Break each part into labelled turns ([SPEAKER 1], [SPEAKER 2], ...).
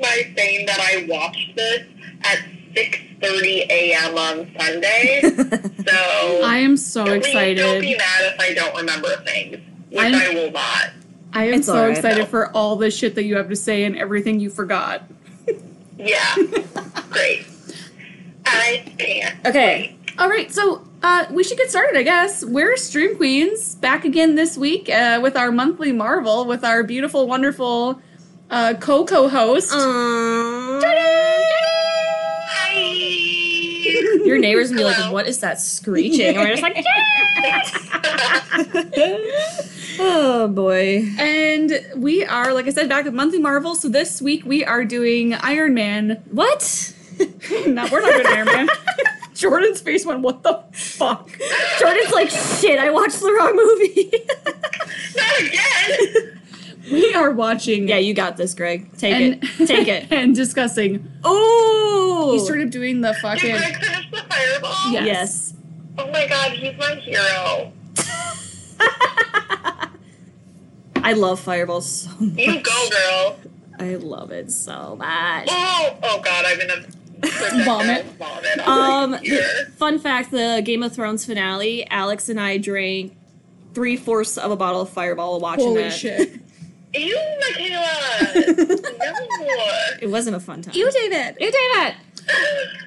[SPEAKER 1] by saying that I watched this at 6:30 a.m. on Sunday. so
[SPEAKER 2] I am so
[SPEAKER 1] please don't be
[SPEAKER 2] excited.
[SPEAKER 1] mad if I don't remember things, which
[SPEAKER 2] I'm-
[SPEAKER 1] I will not.
[SPEAKER 2] I am
[SPEAKER 3] It's
[SPEAKER 2] so
[SPEAKER 3] alright,
[SPEAKER 2] excited
[SPEAKER 1] though.
[SPEAKER 2] for all the shit that you have to say and everything you forgot.
[SPEAKER 1] Yeah, great. I can't.
[SPEAKER 3] Okay.
[SPEAKER 2] All right, so uh, we should get started, I guess. We're Stream Queens back again this week uh, with our monthly Marvel with our beautiful, wonderful uh, co-co host.
[SPEAKER 1] Um. Hi.
[SPEAKER 3] Your neighbors would be like,
[SPEAKER 1] Hello.
[SPEAKER 3] what is that screeching? And we're just like, oh boy.
[SPEAKER 2] and we are, like I said, back at monthly Marvel. So this week we are doing Iron Man.
[SPEAKER 3] What?
[SPEAKER 2] no, we're not doing Iron Man. Jordan's face went, "What the fuck?"
[SPEAKER 3] Jordan's like, shit, I watched the wrong movie.
[SPEAKER 1] Not again.
[SPEAKER 2] We are watching.
[SPEAKER 3] yeah, you got this, Greg. Take
[SPEAKER 2] and, Oh.
[SPEAKER 3] it. Take it.
[SPEAKER 2] and discussing.
[SPEAKER 3] Ooh.
[SPEAKER 2] He started doing the
[SPEAKER 1] Did
[SPEAKER 2] fucking.
[SPEAKER 1] Greg finish the fireball?
[SPEAKER 2] Yeah.
[SPEAKER 3] Yes.
[SPEAKER 1] Oh my god, he's my hero.
[SPEAKER 3] I love Fireball so much.
[SPEAKER 1] You go, girl.
[SPEAKER 3] I love it so much.
[SPEAKER 1] Oh, oh god, I'm gonna projectile
[SPEAKER 2] Vomit.
[SPEAKER 1] Vomit.
[SPEAKER 3] Um,
[SPEAKER 1] Um, here.
[SPEAKER 3] fun fact: the Game of Thrones finale. Alex and I drank three fourths of a bottle of Fireball while watching
[SPEAKER 2] Holy
[SPEAKER 3] that.
[SPEAKER 2] shit!
[SPEAKER 1] Ew, Michaela. no.
[SPEAKER 3] It wasn't a fun time.
[SPEAKER 2] David.
[SPEAKER 3] You did it.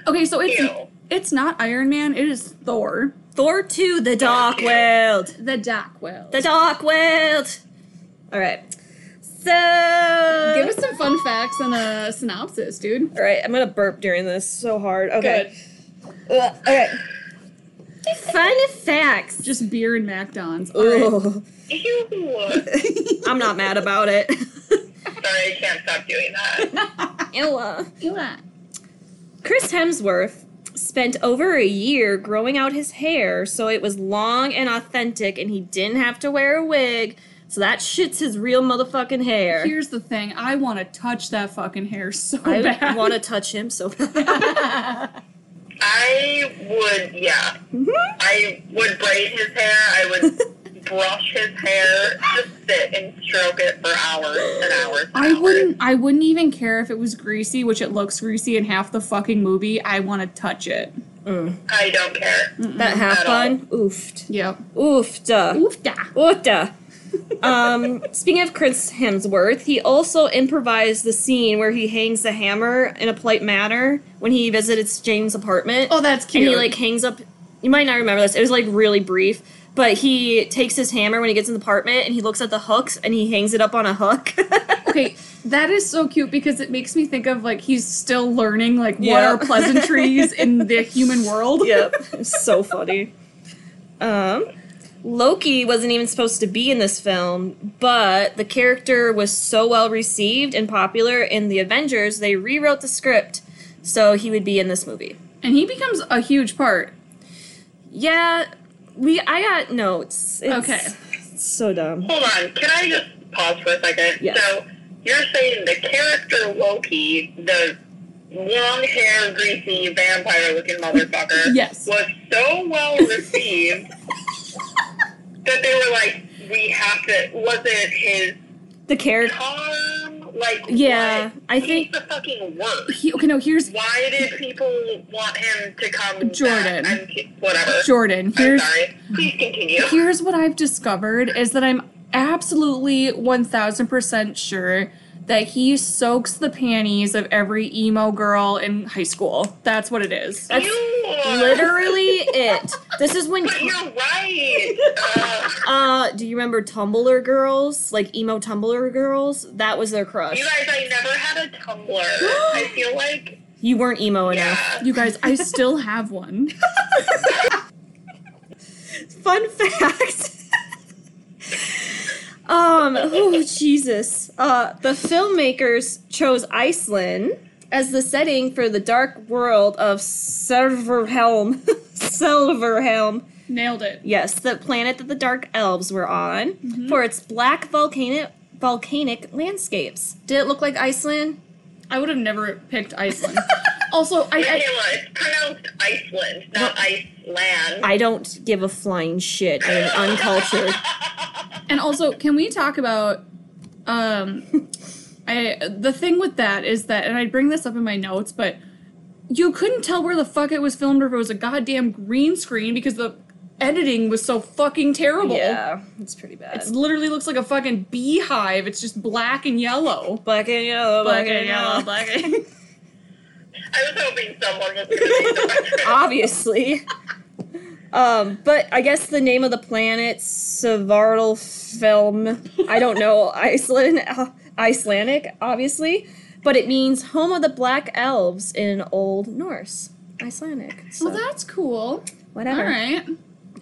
[SPEAKER 2] Okay, so it's
[SPEAKER 1] Ew.
[SPEAKER 2] it's not Iron Man. It is Thor.
[SPEAKER 3] Thor two: The Dark
[SPEAKER 1] you.
[SPEAKER 3] World.
[SPEAKER 2] The Dark World.
[SPEAKER 3] The Dark World. All right. So
[SPEAKER 2] Give us some fun facts and a synopsis, dude.
[SPEAKER 3] All right, I'm gonna burp during this so hard. Okay. Ugh, okay. Fun facts.
[SPEAKER 2] Just beer and MacDons. All right.
[SPEAKER 3] Ooh,
[SPEAKER 1] Ew.
[SPEAKER 3] I'm not mad about it.
[SPEAKER 1] Sorry, I can't stop doing that.
[SPEAKER 3] Ew, uh,
[SPEAKER 2] Eli.
[SPEAKER 3] Chris Hemsworth spent over a year growing out his hair so it was long and authentic and he didn't have to wear a wig. So that shit's his real motherfucking hair.
[SPEAKER 2] Here's the thing. I want to touch that fucking hair so
[SPEAKER 3] I
[SPEAKER 2] bad.
[SPEAKER 3] want to touch him so bad.
[SPEAKER 1] I would, yeah. I would braid his hair. I would brush his hair. Just sit and stroke it for hours and hours. And
[SPEAKER 2] I
[SPEAKER 1] hours.
[SPEAKER 2] wouldn't. I wouldn't even care if it was greasy, which it looks greasy in half the fucking movie. I want to touch it.
[SPEAKER 1] I don't care.
[SPEAKER 3] that half
[SPEAKER 1] At all.
[SPEAKER 3] bun. Oofed.
[SPEAKER 2] Yep.
[SPEAKER 3] Oofed.
[SPEAKER 2] Oof da.
[SPEAKER 3] Oofed. um, speaking of Chris Hemsworth, he also improvised the scene where he hangs the hammer in a polite manner when he visits Jane's apartment.
[SPEAKER 2] Oh, that's cute.
[SPEAKER 3] And he like hangs up. You might not remember this. It was like really brief, but he takes his hammer when he gets in the apartment and he looks at the hooks and he hangs it up on a hook.
[SPEAKER 2] okay, that is so cute because it makes me think of like he's still learning like what
[SPEAKER 3] Yeah.
[SPEAKER 2] are pleasantries in the human world.
[SPEAKER 3] yep, so funny. Um, Loki wasn't even supposed to be in this film, but the character was so well received and popular in the Avengers, they rewrote the script so he would be in this movie.
[SPEAKER 2] And he becomes a huge part.
[SPEAKER 3] Yeah, we. I got notes. It's,
[SPEAKER 2] Okay.
[SPEAKER 3] it's so dumb.
[SPEAKER 1] Hold on. Can I just pause for a second?
[SPEAKER 3] Yes.
[SPEAKER 1] So you're saying the character Loki, the long hair, greasy, vampire looking motherfucker,
[SPEAKER 2] Yes.
[SPEAKER 1] was so well received that they were like, we have to. Was it his
[SPEAKER 3] The character.
[SPEAKER 1] charm? Like,
[SPEAKER 3] Yeah,
[SPEAKER 1] what?
[SPEAKER 3] I think-
[SPEAKER 1] He's the fucking worst.
[SPEAKER 2] He, okay, no, here's
[SPEAKER 1] Why did people want him to come?
[SPEAKER 2] Jordan.
[SPEAKER 1] Back? I'm ki- whatever.
[SPEAKER 2] Jordan.
[SPEAKER 1] I'm
[SPEAKER 2] Here's
[SPEAKER 1] sorry. Please continue.
[SPEAKER 2] here's what I've discovered is that I'm absolutely 1000% sure that he soaks the panties of every emo girl in high school. That's what it is.
[SPEAKER 3] That's
[SPEAKER 1] you are-
[SPEAKER 3] literally it. This is when.
[SPEAKER 1] But you're right. Uh,
[SPEAKER 3] Uh, do you remember Tumblr girls? Like emo Tumblr girls? That was their crush.
[SPEAKER 1] you guys, I never had a Tumblr. I feel like,
[SPEAKER 3] You weren't emo enough.
[SPEAKER 1] yeah.
[SPEAKER 2] You guys, I still have one.
[SPEAKER 3] Fun fact. um, oh Jesus. Uh, the filmmakers chose Iceland as the setting for the dark world of Silverhelm. Silverhelm.
[SPEAKER 2] Nailed it.
[SPEAKER 3] Yes, the planet that the dark elves were on for its black volcanic volcanic landscapes. Did it look like Iceland?
[SPEAKER 2] I would have never picked Iceland. also, I, I
[SPEAKER 1] Michaela, it's pronounced Iceland, not Iceland.
[SPEAKER 3] I don't give a flying shit. I am uncultured.
[SPEAKER 2] And also, can we talk about um I the thing with that is that, and I bring this up in my notes, but you couldn't tell where the fuck it was filmed or if it was a goddamn green screen because the editing was so fucking terrible.
[SPEAKER 3] Yeah, it's pretty bad.
[SPEAKER 2] It literally looks like a fucking beehive. It's just black and yellow.
[SPEAKER 3] black and yellow, black, and yellow,
[SPEAKER 2] black and
[SPEAKER 1] I was hoping someone was going to make the reference.
[SPEAKER 3] obviously. Um, but I guess the name of the planet, Svartal Film, I don't know, Iceland, uh, Icelandic, obviously, but it means home of the black elves in Old Norse, Icelandic. So
[SPEAKER 2] Well, that's cool.
[SPEAKER 3] whatever.
[SPEAKER 2] All right.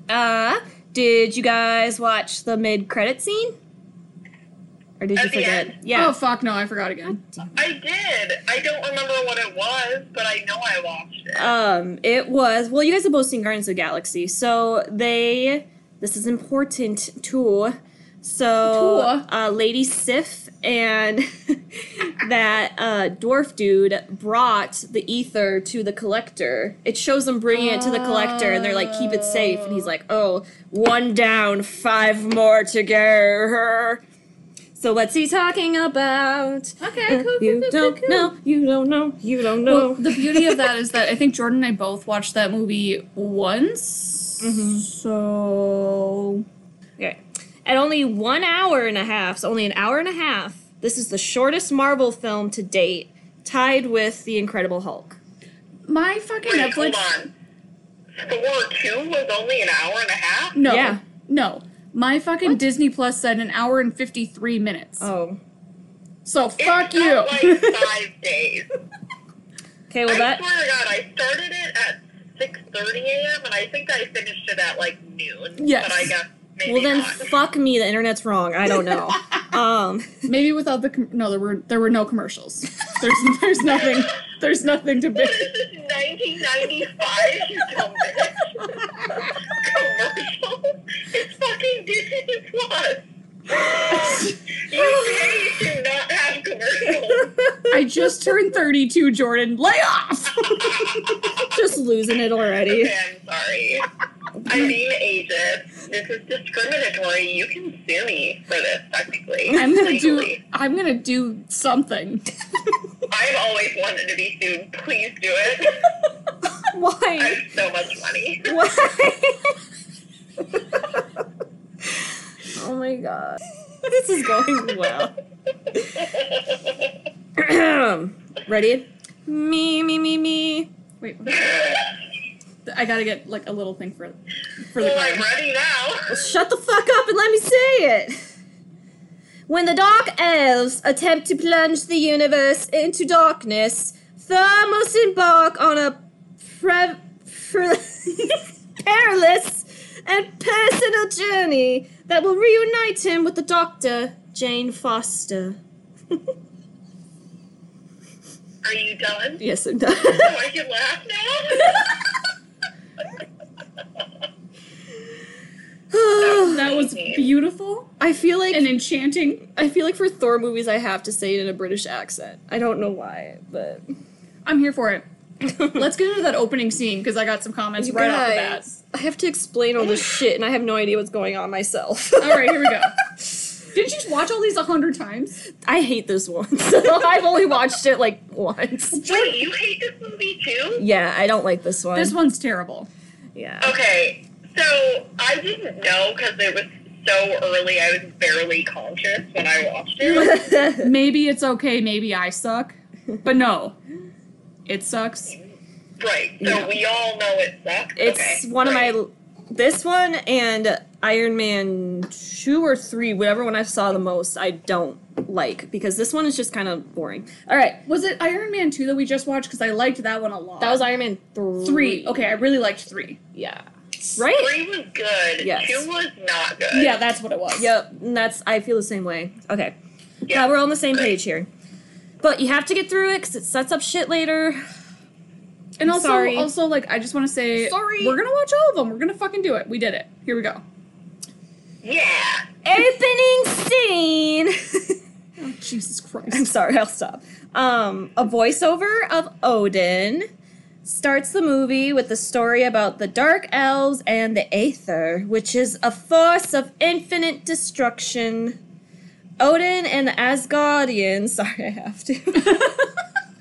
[SPEAKER 3] Uh, did you guys watch the mid-credit scene? Or did
[SPEAKER 1] At
[SPEAKER 3] you
[SPEAKER 1] the
[SPEAKER 3] forget?
[SPEAKER 1] end?
[SPEAKER 3] Yeah.
[SPEAKER 2] Oh fuck no, I forgot again.
[SPEAKER 1] I did. I don't remember what it was, but I know I watched it.
[SPEAKER 3] Um, it was well. You guys have both seen Guardians of the Galaxy, so they. This is important too. So,
[SPEAKER 2] Too.
[SPEAKER 3] Uh, Lady Sif and that uh, dwarf dude brought the ether to the collector. It shows them bringing it to the collector, and they're like, "Keep it safe," and he's like, "Oh, one down, five more to go." So what's he talking about?
[SPEAKER 2] Okay, cool,
[SPEAKER 3] you
[SPEAKER 2] cool, cool,
[SPEAKER 3] don't
[SPEAKER 2] cool.
[SPEAKER 3] know. You don't know. You don't know.
[SPEAKER 2] Well, the beauty of that is that I think Jordan and I both watched that movie once.
[SPEAKER 3] Mm-hmm.
[SPEAKER 2] So
[SPEAKER 3] Okay. At only one hour and a half, so only an hour and a half, this is the shortest Marvel film to date, tied with The Incredible Hulk.
[SPEAKER 2] my fucking
[SPEAKER 1] Wait,
[SPEAKER 2] Netflix.
[SPEAKER 1] hold on. Thor 2 was only an hour and a half?
[SPEAKER 2] No,
[SPEAKER 3] Yeah.
[SPEAKER 2] no. My fucking Disney Plus said an hour and fifty three minutes.
[SPEAKER 3] Oh.
[SPEAKER 2] So fuck
[SPEAKER 1] it felt
[SPEAKER 2] you.
[SPEAKER 1] like five days.
[SPEAKER 3] Okay, well,
[SPEAKER 1] I
[SPEAKER 3] that.
[SPEAKER 1] swear to God, I started it at 6.30 a.m., and I think I finished it at, like, noon.
[SPEAKER 2] Yes.
[SPEAKER 1] But I guess maybe
[SPEAKER 3] Well, then
[SPEAKER 1] not.
[SPEAKER 3] fuck me, the internet's wrong. I don't know. Um,
[SPEAKER 2] Maybe without the com- no, there were there were no commercials. There's there's nothing there's nothing to be.
[SPEAKER 1] What is this, 1995, you dumb bitch? Commercial? It's fucking Disney Plus. You pay to not have commercials.
[SPEAKER 2] I just turned thirty two, Jordan. Lay off.
[SPEAKER 3] just losing it already.
[SPEAKER 1] Okay, I'm sorry. I mean, ages. This is discriminatory. You can sue me for this, technically.
[SPEAKER 2] I'm gonna do
[SPEAKER 1] Legally.
[SPEAKER 2] I'm gonna do something.
[SPEAKER 1] I've always wanted to be sued. Please do it. I
[SPEAKER 3] Why?
[SPEAKER 1] have so much money.
[SPEAKER 3] Why? oh my god. This is going well. Ready? Me, me, me, me.
[SPEAKER 2] Wait, I gotta get like a little thing for for the
[SPEAKER 1] Well, Oh, I'm
[SPEAKER 2] car.
[SPEAKER 1] ready now.
[SPEAKER 3] Shut the fuck up and let me say it. When the dark elves attempt to plunge the universe into darkness, Thor must embark on a pre- pre- perilous and personal journey that will reunite him with the Doctor, Jane Foster.
[SPEAKER 1] Are you done?
[SPEAKER 3] Yes, I'm done.
[SPEAKER 1] Oh, I can laugh now?
[SPEAKER 2] That was beautiful
[SPEAKER 3] I feel like
[SPEAKER 2] and enchanting.
[SPEAKER 3] I feel like for Thor movies, I have to say it in a British accent. I don't know why, but
[SPEAKER 2] I'm here for it. Let's get into that opening scene because I got some comments right off
[SPEAKER 3] I have to explain all this shit, and I have no idea what's going on myself.
[SPEAKER 2] the bat. All right, here we go. Didn't you just watch all these a hundred times?
[SPEAKER 3] I hate this one, so I've only watched it like once.
[SPEAKER 1] Wait, you hate this movie too?
[SPEAKER 3] Yeah, I don't like this one.
[SPEAKER 2] This one's terrible.
[SPEAKER 3] yeah.
[SPEAKER 1] Okay, so I didn't know because it was so early. I was barely conscious when I watched it.
[SPEAKER 2] Maybe it's okay. Maybe I suck, but no, it sucks.
[SPEAKER 1] right, so
[SPEAKER 3] Yeah.
[SPEAKER 1] we all know it sucks.
[SPEAKER 3] it's
[SPEAKER 1] Okay,
[SPEAKER 3] one of
[SPEAKER 1] great.
[SPEAKER 3] my. This one and Iron Man two or three, whatever one I saw the most, I don't like because this one is just kind of boring. All right,
[SPEAKER 2] Was it Iron Man two that we just watched? Because I liked that one a lot.
[SPEAKER 3] that was Iron Man three.
[SPEAKER 2] three. Okay, I really liked three.
[SPEAKER 3] Yeah. Right.
[SPEAKER 1] Three was good.
[SPEAKER 3] Yes.
[SPEAKER 1] Two was not good.
[SPEAKER 2] Yeah, that's what it was.
[SPEAKER 3] Yep. And that's I feel the same way. Okay.
[SPEAKER 1] Yeah.
[SPEAKER 3] Yeah, we're on the same page here. But you have to get through it because it sets up shit later.
[SPEAKER 2] And
[SPEAKER 3] I'm
[SPEAKER 2] also,
[SPEAKER 3] sorry.
[SPEAKER 2] also, like, I just want to say,
[SPEAKER 3] Sorry.
[SPEAKER 2] we're gonna watch all of them. We're gonna fucking do it. We did it. Here we go.
[SPEAKER 1] Yeah.
[SPEAKER 3] Opening scene.
[SPEAKER 2] Oh, Jesus
[SPEAKER 3] I'm
[SPEAKER 2] Christ.
[SPEAKER 3] sorry, I'll stop. Um, a voiceover of Odin starts the movie with the story about the dark elves and the aether, which is a force of infinite destruction. Odin and the Asgardians, sorry, I have to,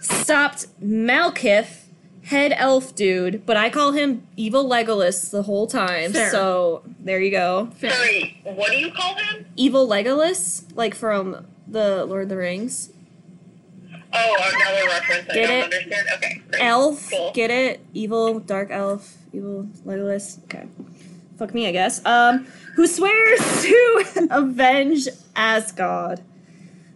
[SPEAKER 3] stopped Malkith, head elf dude, but I call him evil Legolas the whole time.
[SPEAKER 2] Fair.
[SPEAKER 3] So there you go.
[SPEAKER 2] Fair.
[SPEAKER 1] Sorry, what do you call him?
[SPEAKER 3] Evil Legolas, like from the Lord of the Rings.
[SPEAKER 1] Oh, another reference I
[SPEAKER 3] Get
[SPEAKER 1] don't
[SPEAKER 3] it?
[SPEAKER 1] understand. Okay, great.
[SPEAKER 3] Elf,
[SPEAKER 1] Cool.
[SPEAKER 3] get it? Evil, dark elf, evil Legolas. Okay. Fuck me, I guess. Um, who swears to avenge Asgard.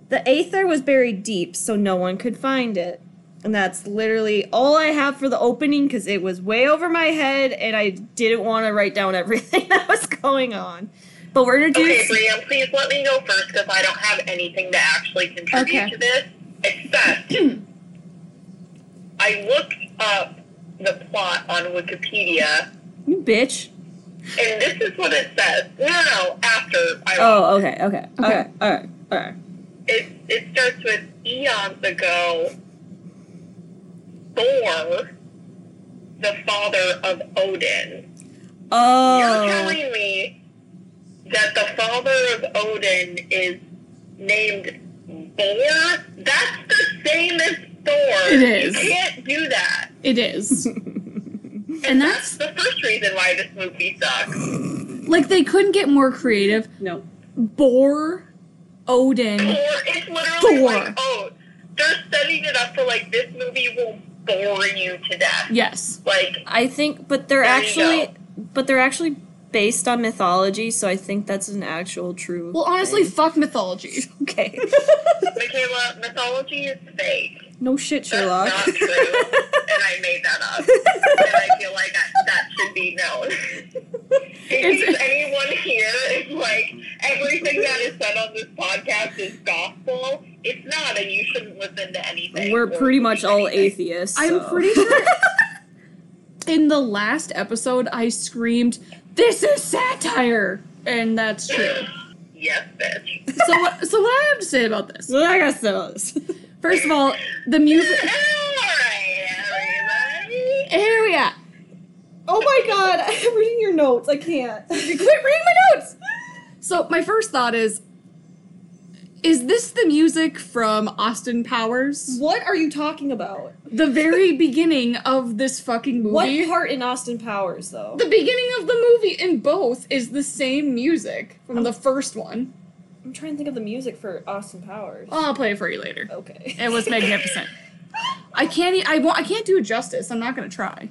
[SPEAKER 3] The Aether was buried deep, so no one could find it. And that's literally all I have for the opening because it was way over my head and I didn't want to write down everything that was going on. But we're
[SPEAKER 1] Okay,
[SPEAKER 3] introduced.
[SPEAKER 1] Brian, please let me go first because I don't have anything to actually contribute
[SPEAKER 2] Okay.
[SPEAKER 1] to this. Except, I looked up the plot on Wikipedia,
[SPEAKER 3] You bitch.
[SPEAKER 1] and this is what it says. No, no, after I
[SPEAKER 3] Oh, okay, okay, okay, all right, all right.
[SPEAKER 1] it, it starts with eons ago. Thor, the father of Odin. You're
[SPEAKER 3] Oh.
[SPEAKER 1] telling me that the father of Odin is named Bor? That's the same as Thor.
[SPEAKER 2] It is.
[SPEAKER 1] You can't do that.
[SPEAKER 2] It is. and
[SPEAKER 1] And
[SPEAKER 2] that's
[SPEAKER 1] that's the first reason why this movie sucks.
[SPEAKER 2] like they couldn't get more creative.
[SPEAKER 4] No.
[SPEAKER 1] Bor,
[SPEAKER 2] Bore Odin.
[SPEAKER 1] it's literally
[SPEAKER 2] Thor.
[SPEAKER 1] like, oh, they're setting it up for like this movie will bore you to death.
[SPEAKER 2] Yes.
[SPEAKER 1] Like,
[SPEAKER 3] I think, but they're
[SPEAKER 1] There you
[SPEAKER 3] actually,
[SPEAKER 1] go.
[SPEAKER 3] but they're actually based on mythology, so I think that's an actual true.
[SPEAKER 2] Well, honestly,
[SPEAKER 3] thing.
[SPEAKER 2] fuck mythology.
[SPEAKER 3] okay.
[SPEAKER 1] Michaela, mythology is fake.
[SPEAKER 3] no shit, Sherlock.
[SPEAKER 1] That's not true. and I made that up. and I feel like I, that should be known. In
[SPEAKER 2] It's-
[SPEAKER 1] case anyone here is like, everything that is said on this podcast is gospel, it's not, and you shouldn't listen to anything.
[SPEAKER 3] We're
[SPEAKER 1] or
[SPEAKER 3] pretty
[SPEAKER 1] read
[SPEAKER 3] much all
[SPEAKER 1] anything.
[SPEAKER 3] atheists.
[SPEAKER 2] I'm
[SPEAKER 3] so.
[SPEAKER 2] pretty sure in the last episode I screamed, "This is satire," and that's true.
[SPEAKER 1] Yes, bitch.
[SPEAKER 2] so, what, so what I have to say about this?
[SPEAKER 3] So I gotta settle this.
[SPEAKER 2] First of all, the music.
[SPEAKER 1] Alright, everybody.
[SPEAKER 2] Here we are.
[SPEAKER 3] oh my god, I'm reading your notes. I can't. Quit reading my notes.
[SPEAKER 2] So my first thought is, is this the music from Austin Powers?
[SPEAKER 3] What are you talking about?
[SPEAKER 2] The very beginning of this fucking movie.
[SPEAKER 3] What part in Austin Powers, though?
[SPEAKER 2] the beginning of the movie in both is the same music from the first one.
[SPEAKER 3] I'm trying to think of the music for Austin Powers.
[SPEAKER 2] Well, I'll play it for you later.
[SPEAKER 3] Okay.
[SPEAKER 2] It was magnificent. I can't. e- I won't. I can't do it justice. I'm not gonna try.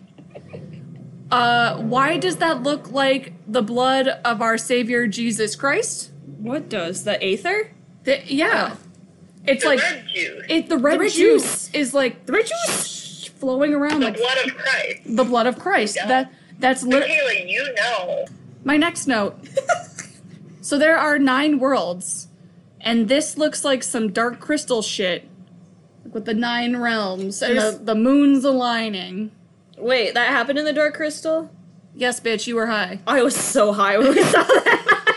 [SPEAKER 2] Uh, why does that look like the blood of our Savior Jesus Christ?
[SPEAKER 3] What does the Aether?
[SPEAKER 2] The, yeah, it's
[SPEAKER 1] The
[SPEAKER 2] like
[SPEAKER 1] red juice.
[SPEAKER 2] it. The red,
[SPEAKER 3] red
[SPEAKER 2] juice, is like the red juice flowing around
[SPEAKER 1] The
[SPEAKER 2] like
[SPEAKER 1] blood of Christ.
[SPEAKER 2] the blood of Christ.
[SPEAKER 1] Yeah.
[SPEAKER 2] That that's lit.
[SPEAKER 1] Michaela, you know.
[SPEAKER 2] My next note. so there are nine worlds, and this looks like some dark crystal shit, with the nine realms and the,
[SPEAKER 3] There's-
[SPEAKER 2] the moon's aligning.
[SPEAKER 3] Wait, that happened in the Dark Crystal?
[SPEAKER 2] Yes, bitch, you were high.
[SPEAKER 3] I was so high when we saw that.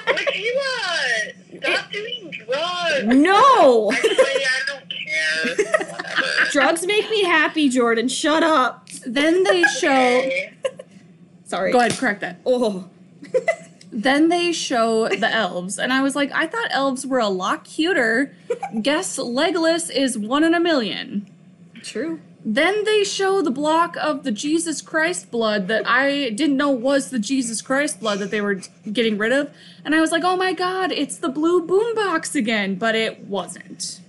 [SPEAKER 1] Michaela, stop doing drugs.
[SPEAKER 3] No!
[SPEAKER 1] Actually, I don't care. Whatever.
[SPEAKER 3] Drugs make me happy, Jordan. Shut up.
[SPEAKER 2] Then they show.
[SPEAKER 1] Okay.
[SPEAKER 3] Sorry.
[SPEAKER 2] Go ahead, correct that.
[SPEAKER 3] Oh.
[SPEAKER 2] Then they show the elves, and I was like, I thought elves were a lot cuter. Guess Legolas is one in a million.
[SPEAKER 3] True.
[SPEAKER 2] Then they show the block of the Jesus Christ blood that I didn't know was the Jesus Christ blood that they were getting rid of. And I was like, oh my god, it's the blue boombox again, but it wasn't.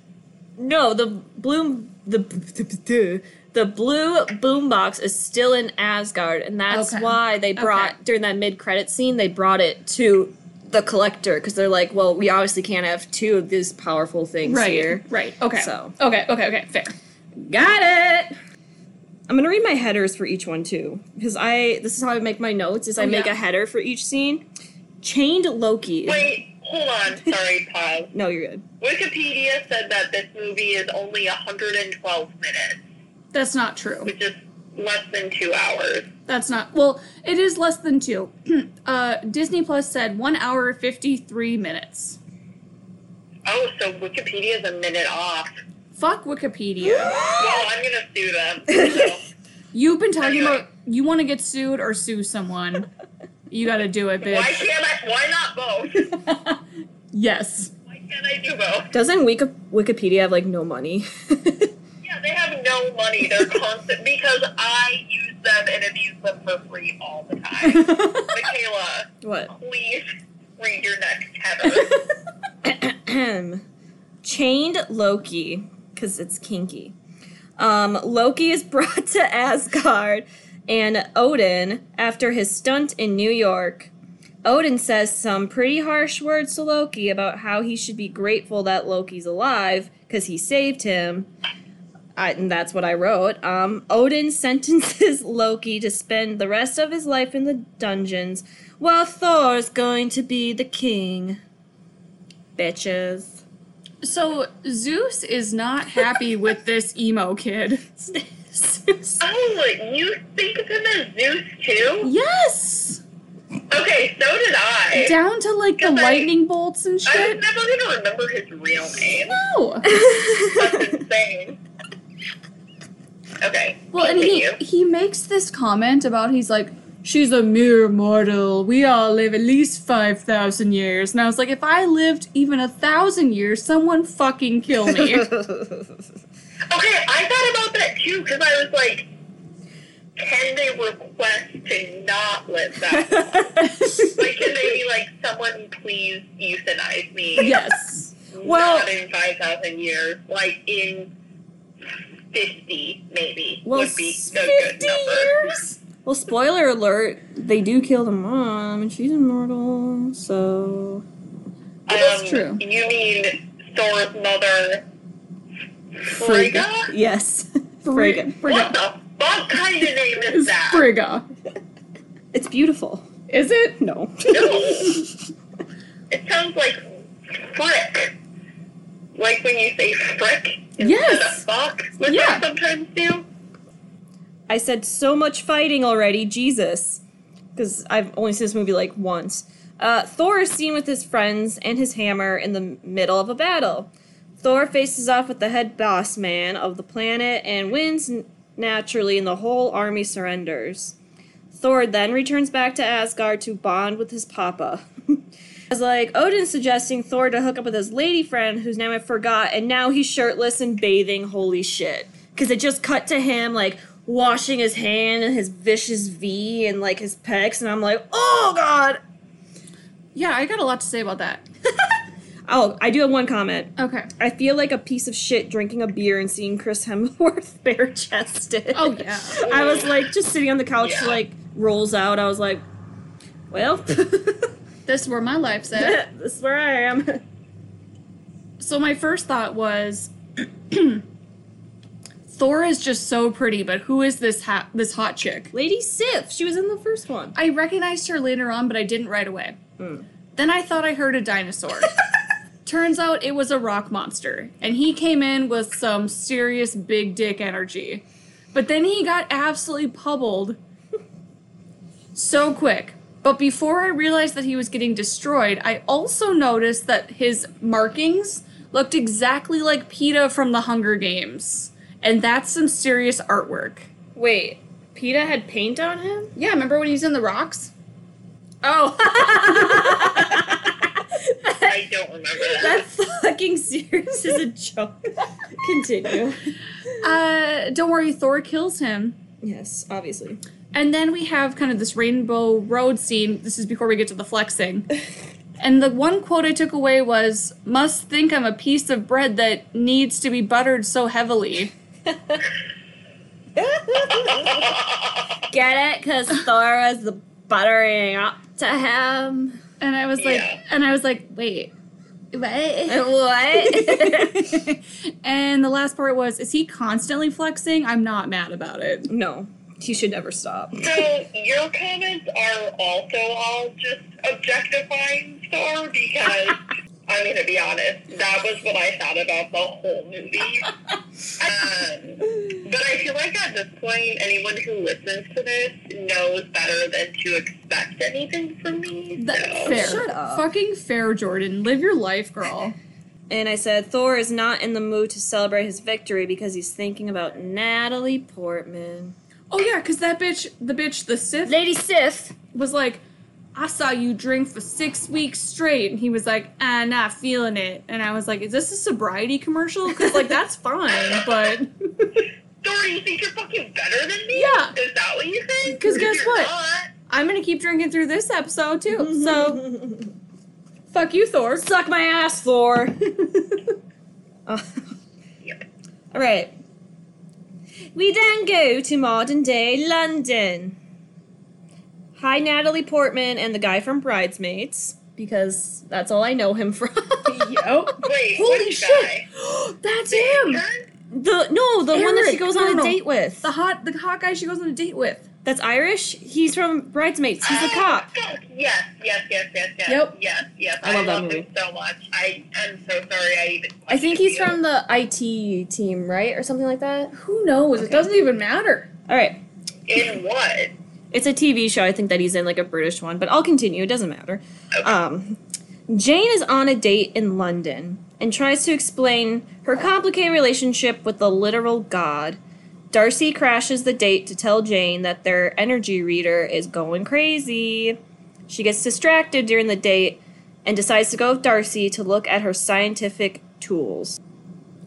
[SPEAKER 3] No, the bloom the the, the blue boombox is still in Asgard, and that's
[SPEAKER 2] Okay.
[SPEAKER 3] why they brought
[SPEAKER 2] Okay.
[SPEAKER 3] during that mid credit scene they brought it to the collector because they're like, well, we obviously can't have two of these powerful things here.
[SPEAKER 2] Right. Okay.
[SPEAKER 3] So.
[SPEAKER 2] Okay, okay, okay, fair.
[SPEAKER 3] Got it. I'm gonna read my headers for each one too, because I this is how I make my notes is I
[SPEAKER 2] Oh,
[SPEAKER 3] make
[SPEAKER 2] yeah.
[SPEAKER 3] a header for each scene. Chained Loki.
[SPEAKER 1] Wait, hold on. Sorry, pause.
[SPEAKER 3] No, you're good.
[SPEAKER 1] Wikipedia said that this movie is only 112 minutes,
[SPEAKER 2] That's not true.
[SPEAKER 1] which is less than two hours.
[SPEAKER 2] That's not well. It is less than two. uh, Disney Plus said one hour fifty three minutes.
[SPEAKER 1] Oh, so Wikipedia's a minute off.
[SPEAKER 2] Fuck Wikipedia.
[SPEAKER 1] Well, I'm gonna sue them. So.
[SPEAKER 2] You've been talking about you want to get sued or sue someone. You got to do it,
[SPEAKER 1] Why
[SPEAKER 2] bitch.
[SPEAKER 1] can't I? Why not both?
[SPEAKER 2] Yes.
[SPEAKER 1] Why Yeah, they do both.
[SPEAKER 3] Doesn't Wiki- Wikipedia have like no money?
[SPEAKER 1] Yeah, they have no money. They're constant because I use them and abuse them for free all the time. Michaela,
[SPEAKER 3] what?
[SPEAKER 1] please read your next header.
[SPEAKER 3] Chained Loki, because it's kinky. Um, Loki is brought to Asgard and Odin after his stunt in New York. Odin says some pretty harsh words to Loki about how he should be grateful that Loki's alive because he saved him. I, and that's what I wrote. Um, Odin sentences Loki to spend the rest of his life in the dungeons while Thor's going to be the king. Bitches.
[SPEAKER 2] So Zeus is not happy with this emo kid.
[SPEAKER 1] Oh, you think of him as Zeus too?
[SPEAKER 2] Yes,
[SPEAKER 1] Okay, so did I.
[SPEAKER 2] down to like the
[SPEAKER 1] Goodbye.
[SPEAKER 2] lightning bolts and
[SPEAKER 1] I
[SPEAKER 2] shit.
[SPEAKER 1] was never gonna remember his real name.
[SPEAKER 2] No.
[SPEAKER 1] That's insane. Okay.
[SPEAKER 2] Well, and he
[SPEAKER 1] continue.
[SPEAKER 2] he makes this comment about he's like. She's a mere mortal. We all live at least 5,000 years. And I was like, if I lived even a thousand years, someone fucking kill me.
[SPEAKER 1] Okay, I thought about that too because I was like, can they request to not live that? long? like, can they be like, someone please euthanize me?
[SPEAKER 2] yes.
[SPEAKER 3] Well-
[SPEAKER 1] not in five thousand years, like in fifty maybe
[SPEAKER 3] Well,
[SPEAKER 1] would be a good
[SPEAKER 3] 50
[SPEAKER 1] number.
[SPEAKER 2] Years?
[SPEAKER 3] well, spoiler alert, they do kill the mom, and she's immortal, so.
[SPEAKER 2] That's
[SPEAKER 1] um,
[SPEAKER 2] true.
[SPEAKER 1] You mean Thor's mother, Frigga?
[SPEAKER 3] Yes.
[SPEAKER 2] Frigga.
[SPEAKER 3] Frigga.
[SPEAKER 1] What
[SPEAKER 2] Frigga.
[SPEAKER 1] the fuck kind of name is
[SPEAKER 2] It's
[SPEAKER 1] that?
[SPEAKER 2] Frigga.
[SPEAKER 3] It's beautiful.
[SPEAKER 2] Is it?
[SPEAKER 3] No.
[SPEAKER 1] No. it sounds like frick. Like when you say frick instead
[SPEAKER 2] Yes.
[SPEAKER 1] of fuck, which
[SPEAKER 2] Yeah.
[SPEAKER 1] I sometimes do.
[SPEAKER 3] I said so much fighting already, Jesus. Because I've only seen this movie like once. Uh, Thor is seen with his friends and his hammer in the middle of a battle. Thor faces off with the head boss man of the planet and wins n- naturally, and the whole army surrenders. Thor then returns back to Asgard to bond with his papa. It's like Odin suggesting Thor to hook up with his lady friend, whose name I forgot, and now he's shirtless and bathing. Holy shit! Because it just cut to him like washing his hand and his vicious V and like his pecs, and I'm like, oh god.
[SPEAKER 2] Yeah, I got a lot to say about that.
[SPEAKER 3] Oh, I do have one comment.
[SPEAKER 2] Okay.
[SPEAKER 3] I feel like a piece of shit drinking a beer and seeing Chris Hemsworth bare chested.
[SPEAKER 2] Oh yeah.
[SPEAKER 3] I was like just sitting on the couch,
[SPEAKER 1] Yeah.
[SPEAKER 3] like rolls out. I was like, well,
[SPEAKER 2] This is where my life's at.
[SPEAKER 3] this is where I am.
[SPEAKER 2] so my first thought was Thor is just so pretty, but who is this hot this hot chick?
[SPEAKER 3] Lady Sif, she was in the first one.
[SPEAKER 2] I recognized her later on, but I didn't right away. Then I thought I heard a dinosaur. Turns out it was a rock monster, and he came in with some serious big dick energy. But then he got absolutely pummeled so quick. But before I realized that he was getting destroyed, I also noticed that his markings looked exactly like PETA from the Hunger Games. And that's some serious artwork.
[SPEAKER 3] Wait, PETA had paint on him?
[SPEAKER 2] Yeah, remember when he was in the rocks?
[SPEAKER 3] Oh.
[SPEAKER 1] I don't remember that.
[SPEAKER 3] that fucking series is a joke. Continue.
[SPEAKER 2] Uh, don't worry, Thor kills him.
[SPEAKER 3] Yes, obviously.
[SPEAKER 2] And then we have kind of this Rainbow Road scene. This is before we get to the flexing. And the one quote I took away was, Must think I'm a piece of bread that needs to be buttered so heavily.
[SPEAKER 3] Get it? Because Thor is the buttering up to him.
[SPEAKER 2] And I was like,
[SPEAKER 1] Yeah.
[SPEAKER 2] and I was like, wait, what?
[SPEAKER 3] What?
[SPEAKER 2] And the last part was, is he constantly flexing? I'm not mad about it.
[SPEAKER 3] no, he should never stop.
[SPEAKER 1] So your comments are also all just objectifying Thor because I'm gonna be honest, that was what I thought about the whole movie. Um, but I feel like at this point, anyone who listens to this knows better than to expect anything from me.
[SPEAKER 2] That,
[SPEAKER 1] so.
[SPEAKER 2] fair.
[SPEAKER 3] Shut up.
[SPEAKER 2] Fucking fair, Jordan. Live your life, girl.
[SPEAKER 3] And I said, Thor is not in the mood to celebrate his victory because he's thinking about Natalie Portman.
[SPEAKER 2] Oh yeah, because that bitch, the bitch, the Sith
[SPEAKER 3] Lady Sif.
[SPEAKER 2] was like, I saw you drink for six weeks straight. And he was like, ah, not feeling it. And I was like, is this a sobriety commercial? Because, like, that's fine, but.
[SPEAKER 1] Dory, you think you're fucking better than me?
[SPEAKER 2] Yeah.
[SPEAKER 1] Is that what you think?
[SPEAKER 2] 'Cause guess
[SPEAKER 1] you're
[SPEAKER 2] what?
[SPEAKER 1] Not.
[SPEAKER 2] I'm gonna keep drinking through this episode too. So fuck you, Thor.
[SPEAKER 3] Suck my ass, Thor. Uh,
[SPEAKER 1] Yep.
[SPEAKER 3] All right. We then go to modern day London. Hi, Natalie Portman and the guy from Bridesmaids, because that's all I know him from.
[SPEAKER 2] yep.
[SPEAKER 1] Wait,
[SPEAKER 3] Holy
[SPEAKER 1] which
[SPEAKER 3] shit.
[SPEAKER 1] guy?
[SPEAKER 2] That's him.
[SPEAKER 1] Huh?
[SPEAKER 3] The no, the one that she
[SPEAKER 2] Eric,
[SPEAKER 3] goes
[SPEAKER 2] no,
[SPEAKER 3] on a
[SPEAKER 2] no.
[SPEAKER 3] date with.
[SPEAKER 2] The hot the hot guy she goes on a date with.
[SPEAKER 3] That's Irish. He's from Bridesmaids. He's a
[SPEAKER 1] Oh,
[SPEAKER 3] cop.
[SPEAKER 1] fuck. Yes, yes, yes, yes, yes.
[SPEAKER 2] Yep.
[SPEAKER 1] Yes, yes.
[SPEAKER 3] I love that
[SPEAKER 1] him
[SPEAKER 3] movie.
[SPEAKER 1] so much. I am so sorry I even.
[SPEAKER 3] I think he's
[SPEAKER 1] questioned
[SPEAKER 3] from the IT team, right, or something like that.
[SPEAKER 2] Who knows? It
[SPEAKER 3] Okay.
[SPEAKER 2] doesn't even matter.
[SPEAKER 3] All right.
[SPEAKER 1] you. In what?
[SPEAKER 3] It's a TV show. I think that he's in like a British one, but I'll continue. It doesn't matter. Um, Jane is on a date in London and tries to explain her complicated relationship with the literal god. Darcy crashes the date to tell Jane that their energy reader is going crazy. She gets distracted during the date and decides to go with Darcy to look at her scientific tools.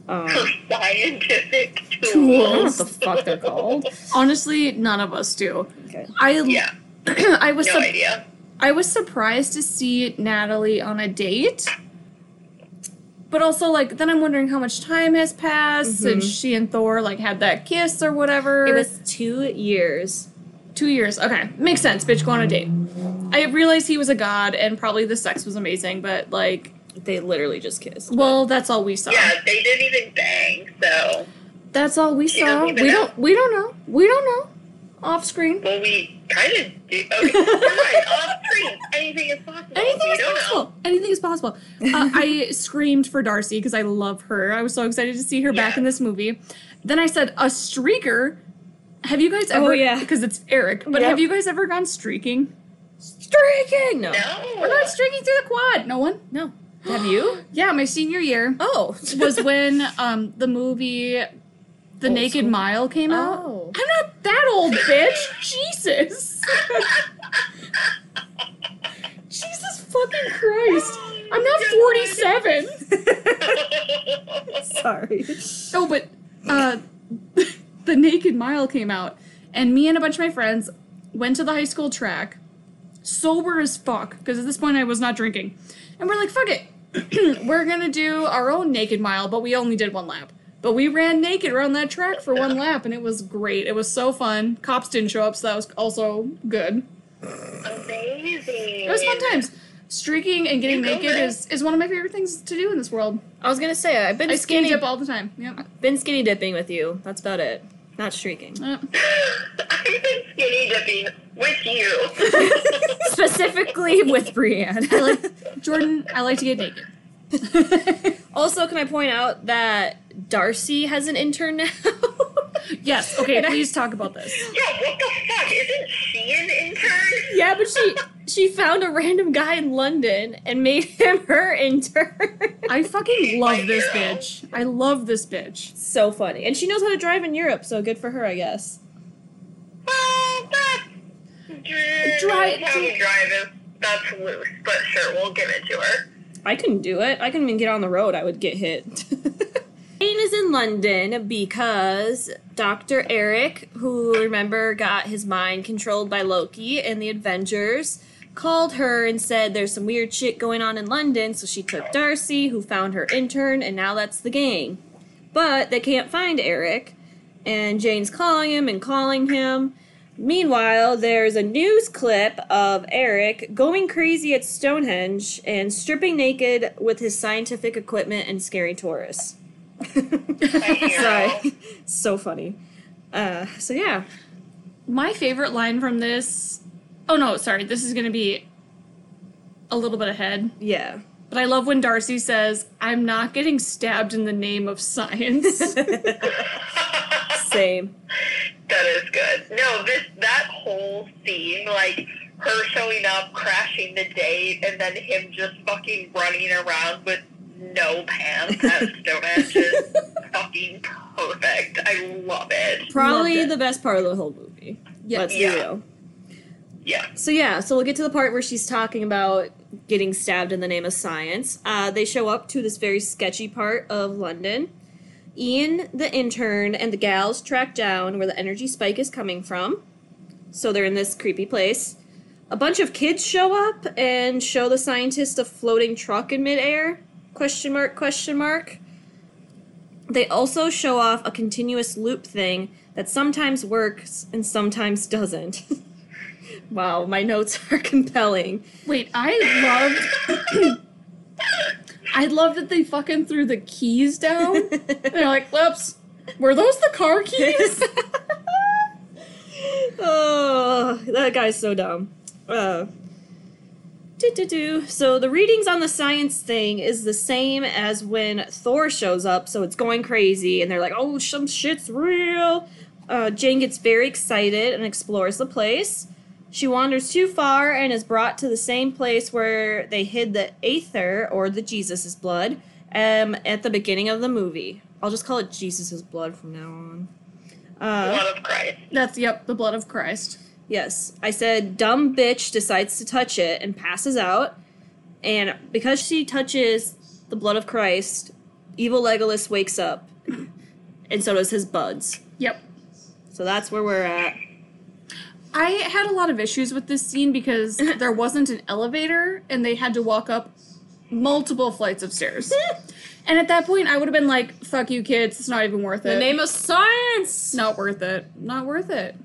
[SPEAKER 1] For
[SPEAKER 3] Um,
[SPEAKER 1] scientific tools.
[SPEAKER 3] I don't know what the fuck they're called.
[SPEAKER 2] Honestly, none of us do.
[SPEAKER 3] Okay.
[SPEAKER 2] I
[SPEAKER 1] Yeah,
[SPEAKER 2] I was
[SPEAKER 1] no
[SPEAKER 2] sup-
[SPEAKER 1] idea.
[SPEAKER 2] I was surprised to see Natalie on a date. But also like then I'm wondering how much time has passed since she and Thor like had that kiss or whatever.
[SPEAKER 3] It was two years.
[SPEAKER 2] Two years. Okay. Makes sense, bitch. Go on a date. I realized he was a god and probably the sex was amazing, but like,
[SPEAKER 3] They literally just kissed.
[SPEAKER 2] well, that's all we saw.
[SPEAKER 1] Yeah, they didn't even bang, so.
[SPEAKER 2] That's all we
[SPEAKER 1] You
[SPEAKER 2] saw.
[SPEAKER 1] don't
[SPEAKER 2] We
[SPEAKER 1] even
[SPEAKER 2] don't we don't know. We don't know. Off screen.
[SPEAKER 1] Well, we kind of do. Okay, you're right. Off screen, anything is possible.
[SPEAKER 2] Anything
[SPEAKER 1] you
[SPEAKER 2] is
[SPEAKER 1] don't
[SPEAKER 2] possible.
[SPEAKER 1] Know.
[SPEAKER 2] Anything is possible. Uh, I screamed for Darcy because I love her. I was so excited to see her back
[SPEAKER 1] Yeah.
[SPEAKER 2] in this movie. Then I said a streaker. Have you guys ever?
[SPEAKER 3] Oh, yeah.
[SPEAKER 2] Because it's Eric. But
[SPEAKER 3] Yep.
[SPEAKER 2] have you guys ever gone streaking?
[SPEAKER 3] Streaking. No.
[SPEAKER 1] No.
[SPEAKER 2] We're not streaking through the quad. No one.
[SPEAKER 3] No. Have you?
[SPEAKER 2] Yeah, my senior year.
[SPEAKER 3] Oh.
[SPEAKER 2] was when um, the movie The
[SPEAKER 3] Old
[SPEAKER 2] Naked
[SPEAKER 3] School.
[SPEAKER 2] Mile came out.
[SPEAKER 3] Oh.
[SPEAKER 2] I'm not that old, bitch. Jesus. Jesus fucking Christ. I'm not 47.
[SPEAKER 3] Sorry.
[SPEAKER 2] Oh, but uh, The Naked Mile came out, and me and a bunch of my friends went to the high school track, sober as fuck, because at this point I was not drinking. And we're like, fuck it. we're going to do our own Naked Mile, but we only did one lap. But we ran naked around that track for one lap, and it was great. It was so fun. Cops didn't show up, so that was also good.
[SPEAKER 1] Amazing.
[SPEAKER 2] It was fun times. Streaking and getting
[SPEAKER 1] You go,
[SPEAKER 2] naked
[SPEAKER 1] girl.
[SPEAKER 2] is, is one of my favorite things to do in this world.
[SPEAKER 3] I was gonna say I've been
[SPEAKER 2] I skinny
[SPEAKER 3] skinny
[SPEAKER 2] dip all the time. Yep.
[SPEAKER 3] been skinny dipping with you. That's about it. Not streaking.
[SPEAKER 2] Uh,
[SPEAKER 1] I've been skinny dipping with you.
[SPEAKER 3] Specifically with Brienne.
[SPEAKER 2] I like Jordan. I like to get naked.
[SPEAKER 3] also, can I point out that Darcy has an intern now?
[SPEAKER 2] Yes. Okay. Please talk about this.
[SPEAKER 1] Yeah, what the fuck? Isn't she an intern?
[SPEAKER 3] yeah, but she she found a random guy in London and made him her intern.
[SPEAKER 2] I fucking love this bitch. I love this bitch.
[SPEAKER 3] so funny. And she knows how to drive in Europe, so good for her, I guess.
[SPEAKER 1] Well, that's.
[SPEAKER 2] Dry-
[SPEAKER 1] Drive. Drive is. That's loose, but sure, we'll give it to her.
[SPEAKER 3] I couldn't do it. I couldn't even get on the road. I would get hit. Jane is in London because Dr. Eric, who remember got his mind controlled by Loki and the Avengers, called her and said there's some weird shit going on in London. So she took Darcy, who found her intern, and now that's the gang. But they can't find Eric, and Jane's calling him and calling him. Meanwhile, there's a news clip of Eric going crazy at Stonehenge and stripping naked with his scientific equipment and scary tourists. Sorry. So funny. Uh, so, yeah.
[SPEAKER 2] My favorite line from this. Oh no, sorry. This is gonna be a little bit ahead,
[SPEAKER 3] Yeah.
[SPEAKER 2] but I love when Darcy says, "I'm not getting stabbed in the name of science."
[SPEAKER 3] Same.
[SPEAKER 1] That is good. No, this that whole scene, like her showing up, crashing the date, and then him just fucking running around with no pants at Stonehenge is fucking perfect. I love it.
[SPEAKER 3] Probably
[SPEAKER 2] Loved it.
[SPEAKER 3] the best part of the whole movie.
[SPEAKER 2] Yes.
[SPEAKER 3] Let's
[SPEAKER 1] Yeah.
[SPEAKER 3] be real.
[SPEAKER 1] Yeah.
[SPEAKER 3] So yeah, so we'll get to the part where she's talking about getting stabbed in the name of science. Uh, they show up to this very sketchy part of London. Ian, the intern, and the gals track down where the energy spike is coming from. So they're in this creepy place. A bunch of kids show up and show the scientist a floating truck in midair. Question mark? Question mark. They also show off a continuous loop thing that sometimes works and sometimes doesn't. wow, my notes are compelling.
[SPEAKER 2] Wait, I loved. I love that they fucking threw the keys down. And They're like, "Whoops, were those the car keys?"
[SPEAKER 3] oh, that guy's so dumb. Uh, do-do-do. So the readings on the science thing is the same as when Thor shows up, so it's going crazy, and they're like, "Oh, some shit's real." Uh, Jane gets very excited and explores the place. She wanders too far and is brought to the same place where they hid the aether or the Jesus's blood um, at the beginning of the movie. I'll just call it Jesus's blood from now on. Uh,
[SPEAKER 1] Blood of Christ.
[SPEAKER 2] That's yep, the blood of Christ.
[SPEAKER 3] Yes, I said dumb bitch decides to touch it and passes out. And because she touches the blood of Christ, evil Legolas wakes up. And so does his buds.
[SPEAKER 2] Yep.
[SPEAKER 3] So that's where we're at.
[SPEAKER 2] I had a lot of issues with this scene because there wasn't an elevator and they had to walk up multiple flights of stairs. and at that point, I would have been like, fuck you, kids, it's not even worth it.
[SPEAKER 3] The name of science!
[SPEAKER 2] not worth it. Not worth it.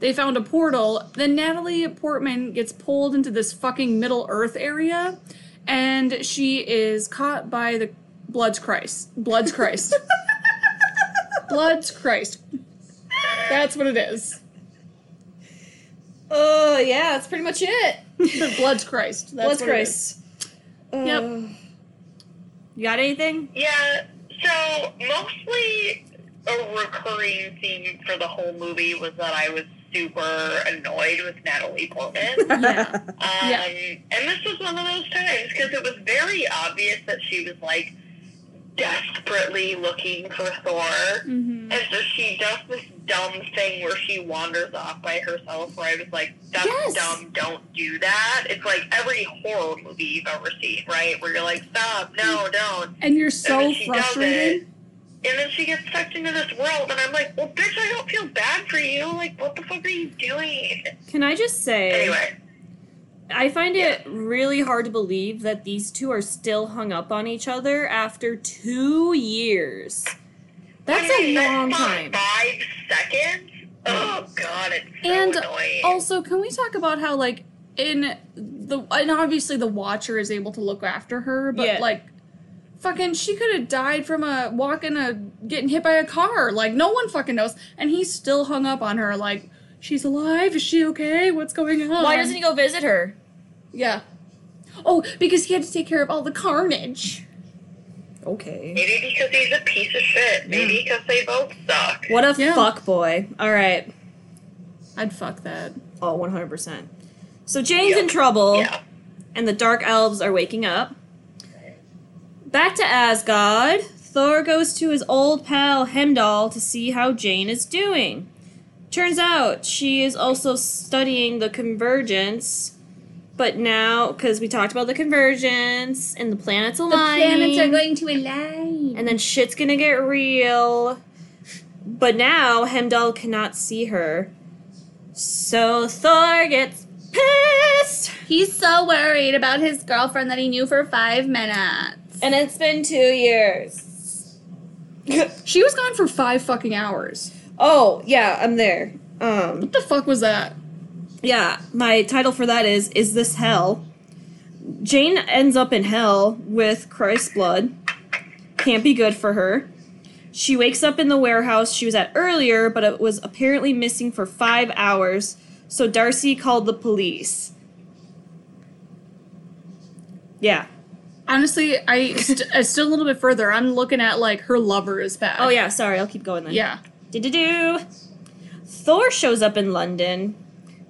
[SPEAKER 2] They found a portal. Then Natalie Portman gets pulled into this fucking Middle Earth area, and she is caught by the Blood's Christ. Blood's Christ. Blood's Christ. That's what it is.
[SPEAKER 3] Oh, yeah, that's pretty much it.
[SPEAKER 2] The Blood's Christ. That's what
[SPEAKER 3] Blood
[SPEAKER 2] it
[SPEAKER 3] Christ.
[SPEAKER 2] Yep.
[SPEAKER 3] Uh, You got anything?
[SPEAKER 1] Yeah, so mostly a recurring theme for the whole movie was that I was super annoyed with Natalie
[SPEAKER 3] Uh,
[SPEAKER 1] Portman.
[SPEAKER 2] is. Yeah.
[SPEAKER 1] Um,
[SPEAKER 2] Yeah.
[SPEAKER 1] And this was one of those times because it was very obvious that she was like desperately looking for Thor.
[SPEAKER 2] Mhm.
[SPEAKER 1] And so she does this dumb thing where she wanders off by herself where I was like, that's
[SPEAKER 2] Yes.
[SPEAKER 1] dumb, don't do that. It's like every horror movie you've ever seen, right? Where you're like, stop, no, don't.
[SPEAKER 2] And you're
[SPEAKER 1] And
[SPEAKER 2] so
[SPEAKER 1] then she does
[SPEAKER 2] frustrated.
[SPEAKER 1] And then she gets sucked into this world, and I'm like, well, bitch, I don't feel bad for you. Like, what the fuck are you doing?
[SPEAKER 3] Can I just say.
[SPEAKER 1] Anyway,
[SPEAKER 3] I find it really hard to believe that these two are still hung up on each other after two years. That's
[SPEAKER 1] I
[SPEAKER 3] a
[SPEAKER 1] mean, that's
[SPEAKER 3] long
[SPEAKER 1] not
[SPEAKER 3] time.
[SPEAKER 1] Five seconds? Oh, God, it's so
[SPEAKER 2] And
[SPEAKER 1] annoying.
[SPEAKER 2] Also, can we talk about how like in the and obviously the Watcher is able to look after her, but
[SPEAKER 3] Yeah.
[SPEAKER 2] like fucking she could have died from a walking a getting hit by a car. Like no one fucking knows, and he's still hung up on her. Like she's alive. Is she okay? What's going on?
[SPEAKER 3] Why doesn't he go visit her?
[SPEAKER 2] Yeah. Oh, because he had to take care of all the carnage.
[SPEAKER 3] Okay.
[SPEAKER 1] Maybe because he's a piece of shit. Maybe because they both suck.
[SPEAKER 3] What a
[SPEAKER 2] Yeah.
[SPEAKER 3] fuck boy. All right.
[SPEAKER 2] I'd fuck that.
[SPEAKER 3] Oh, 100%. So Jane's in
[SPEAKER 1] Yeah.
[SPEAKER 3] trouble,
[SPEAKER 1] Yeah.
[SPEAKER 3] and the dark elves are waking up. Back to Asgard, Thor goes to his old pal Hemdall to see how Jane is doing. Turns out she is also studying the convergence, but now, because we talked about the convergence and the planets aligning,
[SPEAKER 2] going to align.
[SPEAKER 3] and then shit's gonna get real. But now Hemdall cannot see her. So Thor gets pissed.
[SPEAKER 2] He's so worried about his girlfriend that he knew for five minutes.
[SPEAKER 3] And it's been two years.
[SPEAKER 2] She was gone for five fucking hours.
[SPEAKER 3] oh, yeah, I'm there. Um,
[SPEAKER 2] What the fuck was that?
[SPEAKER 3] yeah, my title for that is Is This Hell? Jane ends up in hell with Christ's blood. Can't be good for her. She wakes up in the warehouse she was at earlier, but it was apparently missing for five hours, so Darcy called the police. Yeah.
[SPEAKER 2] Honestly, I st- uh, still a little bit further. I'm looking at like her lover is back.
[SPEAKER 3] Oh, yeah, sorry, I'll keep going then.
[SPEAKER 2] yeah.
[SPEAKER 3] Do-do-do. Thor shows up in London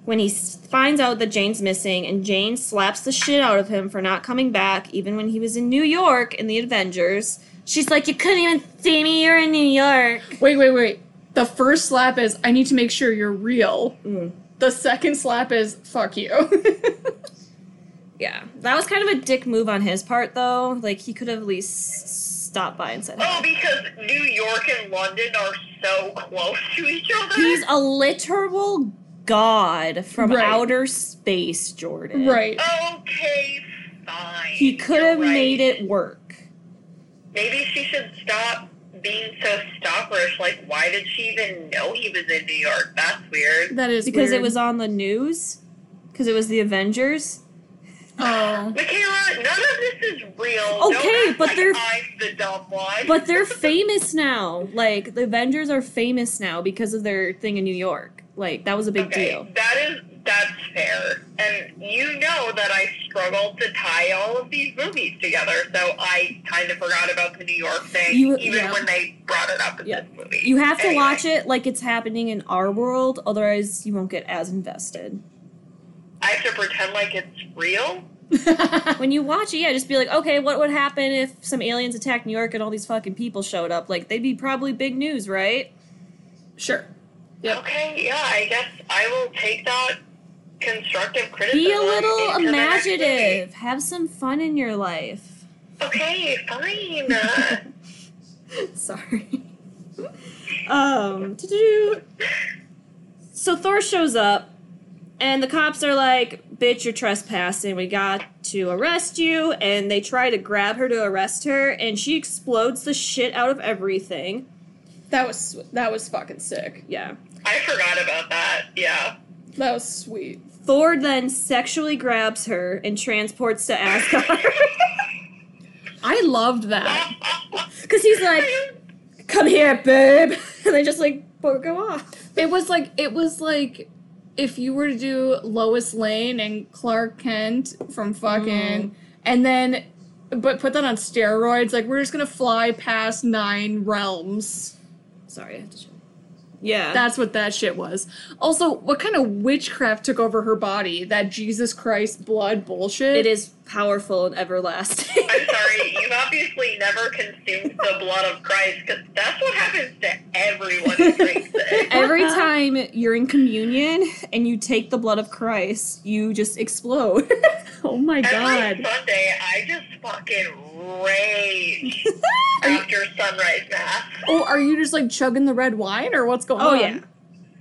[SPEAKER 3] when he s- finds out that Jane's missing, and Jane slaps the shit out of him for not coming back, even when he was in New York in the Avengers. She's like, You couldn't even see me, you're in New York. Mm.
[SPEAKER 2] Wait, wait, wait. The first slap is I need to make sure you're real. The second slap is fuck you.
[SPEAKER 3] Yeah, that was kind of a dick move on his part, though. Like he could have at least stopped by and said,
[SPEAKER 1] Oh,
[SPEAKER 3] hey.
[SPEAKER 1] because New York and London are so close to each other.
[SPEAKER 3] "He's a literal god from
[SPEAKER 2] Right.
[SPEAKER 3] outer space, Jordan."
[SPEAKER 2] right.
[SPEAKER 1] okay, fine.
[SPEAKER 3] He could
[SPEAKER 1] You're
[SPEAKER 3] have
[SPEAKER 1] right.
[SPEAKER 3] made it work.
[SPEAKER 1] Maybe she should stop being so stalkerish. Like, why did she even know he was in New York? That's weird.
[SPEAKER 2] That is
[SPEAKER 3] because
[SPEAKER 2] weird.
[SPEAKER 3] it was on the news. Because it was the Avengers.
[SPEAKER 2] Oh.
[SPEAKER 1] Michaela, none of this is real. Don't
[SPEAKER 3] Okay,
[SPEAKER 1] act
[SPEAKER 3] but
[SPEAKER 1] like
[SPEAKER 3] they're-
[SPEAKER 1] I'm the dumb one.
[SPEAKER 3] But they're famous now. Like the Avengers are famous now because of their thing in New York. Like that was a big
[SPEAKER 1] okay,
[SPEAKER 3] deal.
[SPEAKER 1] That is that's fair. And you know that I struggled to tie all of these movies together, so I kind of forgot about the New York thing,
[SPEAKER 3] You-
[SPEAKER 1] even
[SPEAKER 3] yeah.
[SPEAKER 1] when they brought it up in
[SPEAKER 3] Yeah.
[SPEAKER 1] this movie.
[SPEAKER 3] You have to
[SPEAKER 1] Anyway.
[SPEAKER 3] watch it like it's happening in our world, otherwise you won't get as invested.
[SPEAKER 1] I have to pretend like it's real.
[SPEAKER 3] When you watch it, yeah, just be like, okay, what would happen if some aliens attacked New York and all these fucking people showed up? Like they'd be probably big news, right?
[SPEAKER 2] sure. Yep.
[SPEAKER 1] Okay, yeah, I guess I will take that constructive criticism.
[SPEAKER 3] Be a little
[SPEAKER 1] into the next movie.
[SPEAKER 3] imaginative. Have some fun in your life.
[SPEAKER 1] Okay, fine. Uh,
[SPEAKER 3] Sorry. um. doo-doo-doo. So Thor shows up, and the cops are like, "Bitch, you're trespassing. We got to arrest you." And they try to grab her to arrest her, and she explodes the shit out of everything.
[SPEAKER 2] That was that was fucking sick.
[SPEAKER 3] Yeah.
[SPEAKER 1] I forgot about that. Yeah.
[SPEAKER 2] That was sweet.
[SPEAKER 3] Thor then sexually grabs her and transports to Asgard
[SPEAKER 2] I loved that.
[SPEAKER 3] because he's like, "Come here, babe," and they just like go off.
[SPEAKER 2] It was like it was like if you were to do Lois Lane and Clark Kent from fucking
[SPEAKER 3] Mm-hmm.
[SPEAKER 2] and then but put that on steroids, like we're just gonna fly past nine realms.
[SPEAKER 3] Sorry, I have to. Show. Yeah.
[SPEAKER 2] That's what that shit was. Also, what kind of witchcraft took over her body? That Jesus Christ blood bullshit?
[SPEAKER 3] It is powerful and everlasting.
[SPEAKER 1] I'm sorry, you've obviously never consumed the blood of Christ because that's what happens to everyone who drinks it.
[SPEAKER 3] Every time you're in communion and you take the blood of Christ, you just explode.
[SPEAKER 2] Oh my
[SPEAKER 1] Every
[SPEAKER 2] god.
[SPEAKER 1] Sunday, I just fucking rage after sunrise mass.
[SPEAKER 2] Oh, are you just like chugging the red wine or what's going
[SPEAKER 3] oh
[SPEAKER 2] on?
[SPEAKER 3] yeah.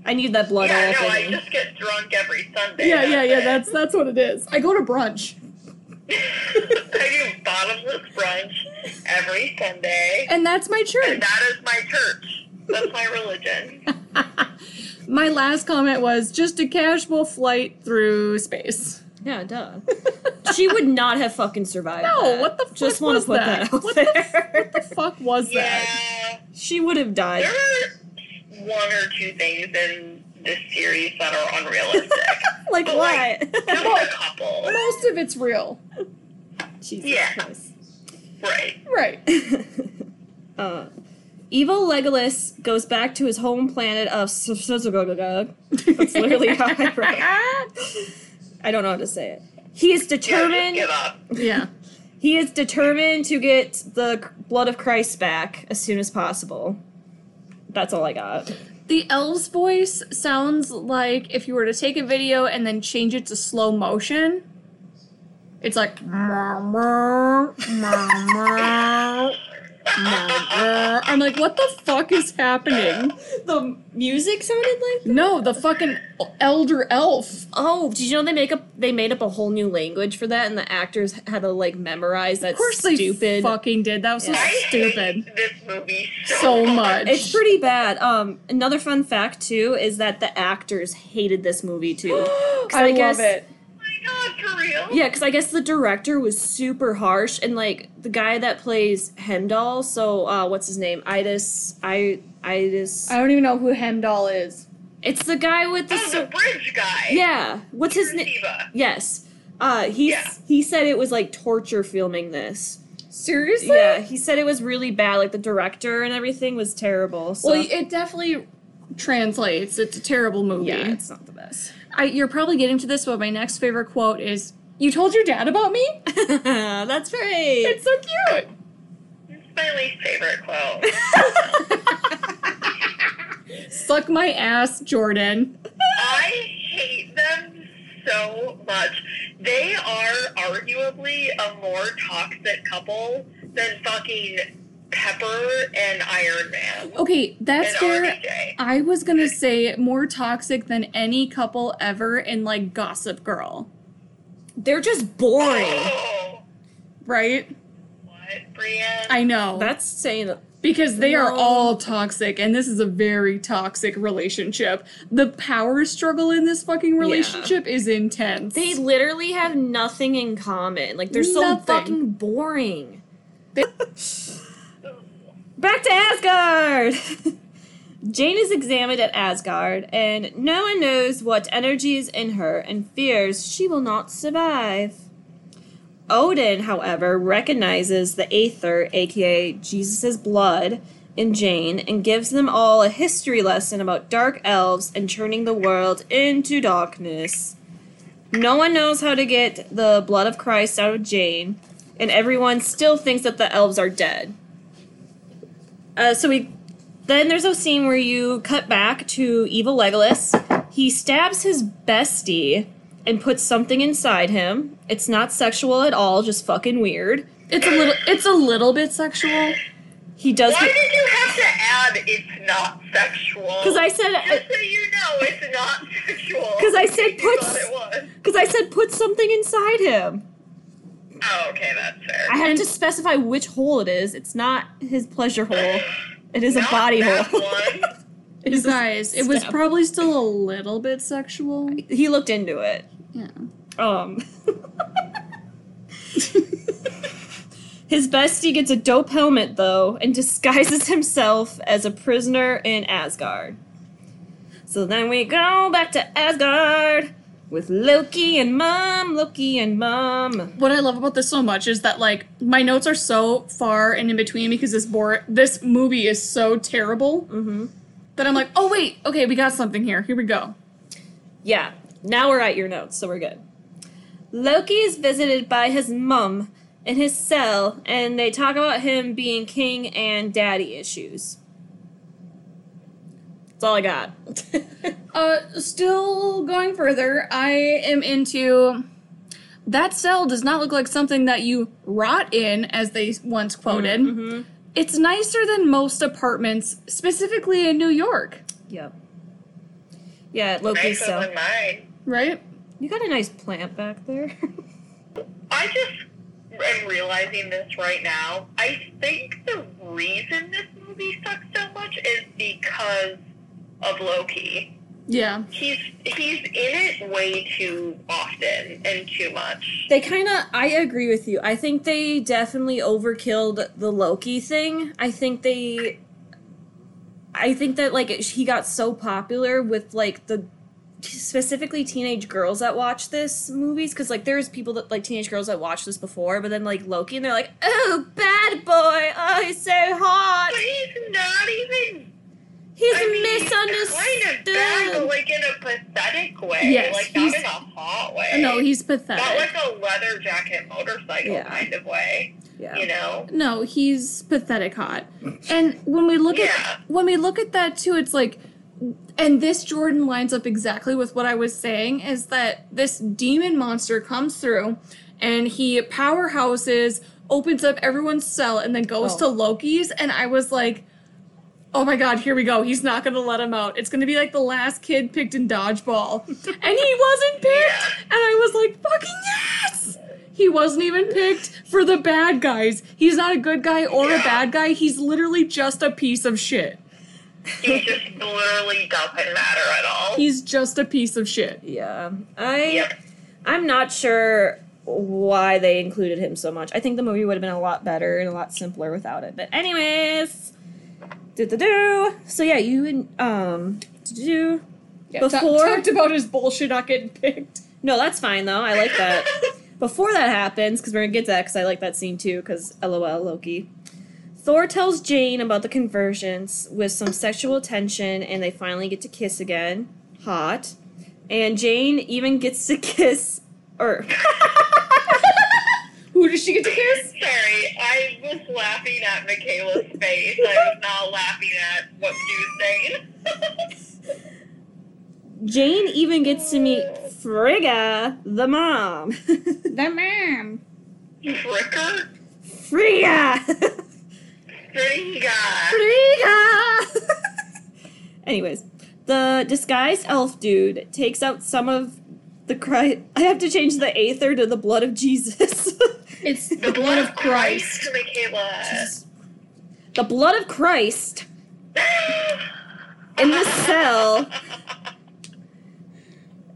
[SPEAKER 3] I need that blood
[SPEAKER 1] Yeah,
[SPEAKER 3] all
[SPEAKER 1] no,
[SPEAKER 3] up
[SPEAKER 1] I
[SPEAKER 3] in me.
[SPEAKER 1] just get drunk every Sunday.
[SPEAKER 2] Yeah, yeah, yeah,
[SPEAKER 1] it.
[SPEAKER 2] that's that's what it is. I go to brunch.
[SPEAKER 1] I do bottomless brunch every Sunday.
[SPEAKER 2] And that's my
[SPEAKER 1] And
[SPEAKER 2] church.
[SPEAKER 1] that is my church. That's my religion.
[SPEAKER 2] My last comment was just a casual flight through space.
[SPEAKER 3] Yeah, duh. she would not have fucking survived.
[SPEAKER 2] No,
[SPEAKER 3] that.
[SPEAKER 2] what the fuck
[SPEAKER 3] Just wanna
[SPEAKER 2] was
[SPEAKER 3] put
[SPEAKER 2] that?
[SPEAKER 3] that, out
[SPEAKER 2] What the
[SPEAKER 3] there.
[SPEAKER 2] What the fuck was that?
[SPEAKER 1] Yeah.
[SPEAKER 3] she would have died.
[SPEAKER 1] There are one or two things in this series that are unrealistic.
[SPEAKER 3] like
[SPEAKER 1] But, like, Just
[SPEAKER 3] what?
[SPEAKER 1] a couple.
[SPEAKER 2] Most of it's real.
[SPEAKER 3] Jesus
[SPEAKER 1] Yeah.
[SPEAKER 3] Christ.
[SPEAKER 1] Right.
[SPEAKER 2] Right.
[SPEAKER 3] Uh, evil Legolas goes back to his home planet of Sosogogog. That's literally how I wrote it. I don't know how to say it. He is
[SPEAKER 1] Yeah,
[SPEAKER 3] determined.
[SPEAKER 1] just give up.
[SPEAKER 2] Yeah.
[SPEAKER 3] He is determined to get the c- blood of Christ back as soon as possible. That's all I got.
[SPEAKER 2] The elves voice sounds like if you were to take a video and then change it to slow motion. It's like I'm like, what the fuck is happening?
[SPEAKER 3] The music sounded like.
[SPEAKER 2] No, the fucking elder elf.
[SPEAKER 3] Oh, did you know they make up? They made up a whole new language for that, and the actors had to like memorize that
[SPEAKER 2] Of course they
[SPEAKER 3] stupid.
[SPEAKER 2] fucking did. That was so
[SPEAKER 3] Yeah.
[SPEAKER 1] I
[SPEAKER 2] stupid.
[SPEAKER 1] hate this movie so,
[SPEAKER 2] So much.
[SPEAKER 3] It's pretty bad. Um, another fun fact too is that the actors hated this movie too. 'Cause
[SPEAKER 2] I, love
[SPEAKER 3] guess-
[SPEAKER 2] it.
[SPEAKER 1] Oh my god, for real?
[SPEAKER 3] Yeah, because I guess the director was super harsh, and like the guy that plays Hemdall, so uh, what's his name? Idis, I, Idis.
[SPEAKER 2] I don't even know who Hemdall is.
[SPEAKER 3] It's the guy with the.
[SPEAKER 1] Oh, the
[SPEAKER 3] cir-
[SPEAKER 1] bridge guy.
[SPEAKER 3] yeah, what's his name?
[SPEAKER 1] Siva.
[SPEAKER 3] Yes, uh, he
[SPEAKER 1] Yeah.
[SPEAKER 3] he said it was like torture filming this.
[SPEAKER 2] Seriously?
[SPEAKER 3] Yeah, he said it was really bad. Like the director and everything was terrible. So
[SPEAKER 2] Well, it definitely translates. It's a terrible movie.
[SPEAKER 3] yeah, it's not the best.
[SPEAKER 2] I, you're probably getting to this, but my next favorite quote is You told your dad about me?
[SPEAKER 3] That's right.
[SPEAKER 2] It's so cute.
[SPEAKER 1] It's my least favorite quote.
[SPEAKER 2] Suck my ass, Jordan.
[SPEAKER 1] I hate so much. They are arguably a more toxic couple than fucking Pepper and Iron Man
[SPEAKER 3] Oh,
[SPEAKER 2] Okay,
[SPEAKER 1] and
[SPEAKER 2] that's where
[SPEAKER 1] RDJ.
[SPEAKER 2] I was gonna say more toxic than any couple ever in like Gossip Girl,
[SPEAKER 3] They're just boring.
[SPEAKER 1] Oh,
[SPEAKER 2] right?
[SPEAKER 1] what, Brienne?
[SPEAKER 2] I know.
[SPEAKER 3] That's saying
[SPEAKER 2] because they are
[SPEAKER 3] No.
[SPEAKER 2] all toxic, and this is a very toxic relationship. The power struggle in this fucking relationship is intense.
[SPEAKER 3] they literally have nothing in common. Like they're so
[SPEAKER 2] Nothing.
[SPEAKER 3] fucking boring.
[SPEAKER 2] They-
[SPEAKER 3] Back to Asgard. Jane is examined at Asgard, and no one knows what energy is in her and fears she will not survive. Odin, however, recognizes the Aether, aka Jesus' blood, in Jane and gives them all a history lesson about dark elves and turning the world into darkness. No one knows how to get the blood of Christ out of Jane, and everyone still thinks that the elves are dead. Uh, so we then there's a scene where you cut back to evil Legolas. He stabs his bestie and puts something inside him. It's not sexual at all, just fucking weird.
[SPEAKER 2] it's a little, it's a little bit sexual.
[SPEAKER 3] He does
[SPEAKER 1] Why did you have to add it's not sexual?
[SPEAKER 3] because I said uh,
[SPEAKER 1] Just so you know, it's not sexual.
[SPEAKER 3] 'Cause I said
[SPEAKER 1] You
[SPEAKER 3] puts-
[SPEAKER 1] thought it was.
[SPEAKER 3] because I said put something inside him.
[SPEAKER 1] Oh, okay, that's fair.
[SPEAKER 3] I had to specify which hole it is. It's not his pleasure hole. It is a
[SPEAKER 1] Not
[SPEAKER 3] body
[SPEAKER 1] that
[SPEAKER 3] hole.
[SPEAKER 1] one.
[SPEAKER 3] It
[SPEAKER 2] You
[SPEAKER 3] is a
[SPEAKER 2] guys, it was
[SPEAKER 3] stab.
[SPEAKER 2] probably still a little bit sexual.
[SPEAKER 3] he looked into it.
[SPEAKER 2] Yeah.
[SPEAKER 3] Um. His bestie gets a dope helmet though and disguises himself as a prisoner in Asgard. So then we go back to Asgard with Loki and Mom, Loki and Mom.
[SPEAKER 2] What I love about this so much is that like my notes are so far and in between because this bor- this movie is so terrible
[SPEAKER 3] Mm-hmm.
[SPEAKER 2] that I'm like, oh wait, okay, we got something here. Here we go.
[SPEAKER 3] Yeah, now we're at your notes, so we're good. Loki is visited by his mum in his cell, and they talk about him being king and daddy issues. That's all I got.
[SPEAKER 2] Uh, still going further, I am into that cell does not look like something that you rot in, as they once quoted.
[SPEAKER 3] Mhm.
[SPEAKER 2] It's nicer than most apartments, specifically in New York,
[SPEAKER 3] Yep. Yeah,
[SPEAKER 1] Nicer
[SPEAKER 3] Loki's cell.
[SPEAKER 1] than mine.
[SPEAKER 2] right?
[SPEAKER 3] You got a nice plant back there.
[SPEAKER 1] I just am realizing this right now. I think the reason this movie sucks so much is because of Loki.
[SPEAKER 2] Yeah.
[SPEAKER 1] He's he's in it way too often and too much.
[SPEAKER 3] they kind of, I agree with you. I think they definitely overkilled the Loki thing. I think they, I think that like it, he got so popular with like the specifically teenage girls that watch this movies because like there's people that like teenage girls that watched this before but then like loki and they're like oh bad boy oh he's so hot
[SPEAKER 1] But he's not even.
[SPEAKER 3] he's
[SPEAKER 1] I mean, he's Kind
[SPEAKER 3] misunderstood
[SPEAKER 1] of bad, but like in a pathetic way.
[SPEAKER 2] Yes,
[SPEAKER 1] like not
[SPEAKER 2] he's-
[SPEAKER 1] in a hot way.
[SPEAKER 2] No, he's
[SPEAKER 1] not
[SPEAKER 2] pathetic.
[SPEAKER 1] like a leather jacket motorcycle
[SPEAKER 3] Yeah.
[SPEAKER 1] kind of way.
[SPEAKER 3] yeah.
[SPEAKER 1] You know.
[SPEAKER 2] No, he's pathetic hot. And when we look
[SPEAKER 1] Yeah.
[SPEAKER 2] at when we look at that too, it's like and this Jordan lines up exactly with what I was saying is that this demon monster comes through and he powerhouses, opens up everyone's cell and then goes
[SPEAKER 3] Oh.
[SPEAKER 2] to Loki's and I was like Oh my god, here we go. He's not gonna let him out. It's gonna be like the last kid picked in dodgeball. and he wasn't picked! And I was like, fucking yes! He wasn't even picked for the bad guys. He's not a good guy or a
[SPEAKER 1] Yeah.
[SPEAKER 2] bad guy. He's literally just a piece of shit.
[SPEAKER 1] He just literally doesn't matter at all.
[SPEAKER 2] He's just a piece of shit.
[SPEAKER 3] Yeah, I
[SPEAKER 1] Yep.
[SPEAKER 3] I'm not sure why they included him so much. I think the movie would have been a lot better and a lot simpler without it. But anyways, do do do. So yeah, you and um do Before-
[SPEAKER 2] talked about his bullshit not getting picked.
[SPEAKER 3] no, that's fine though. I like that. Before that happens, because we're gonna get to that, because I like that scene too. Because lol Loki. Thor tells Jane about the conversions with some sexual tension, and they finally get to kiss again. Hot. And Jane even gets to kiss, or
[SPEAKER 2] Who does she get to kiss?
[SPEAKER 1] Sorry, I was laughing at Michaela's face. I was not laughing at what she was saying.
[SPEAKER 3] Jane even gets to meet Frigga, the mom.
[SPEAKER 2] The mom.
[SPEAKER 1] Fricker?
[SPEAKER 3] Frigga!
[SPEAKER 1] Fringa.
[SPEAKER 3] Frigga! Anyways, the disguised elf dude takes out some of the cry. I have to change the aether to the blood of Jesus.
[SPEAKER 2] It's the blood of Christ.
[SPEAKER 1] Michaela.
[SPEAKER 3] the blood of Christ in the cell,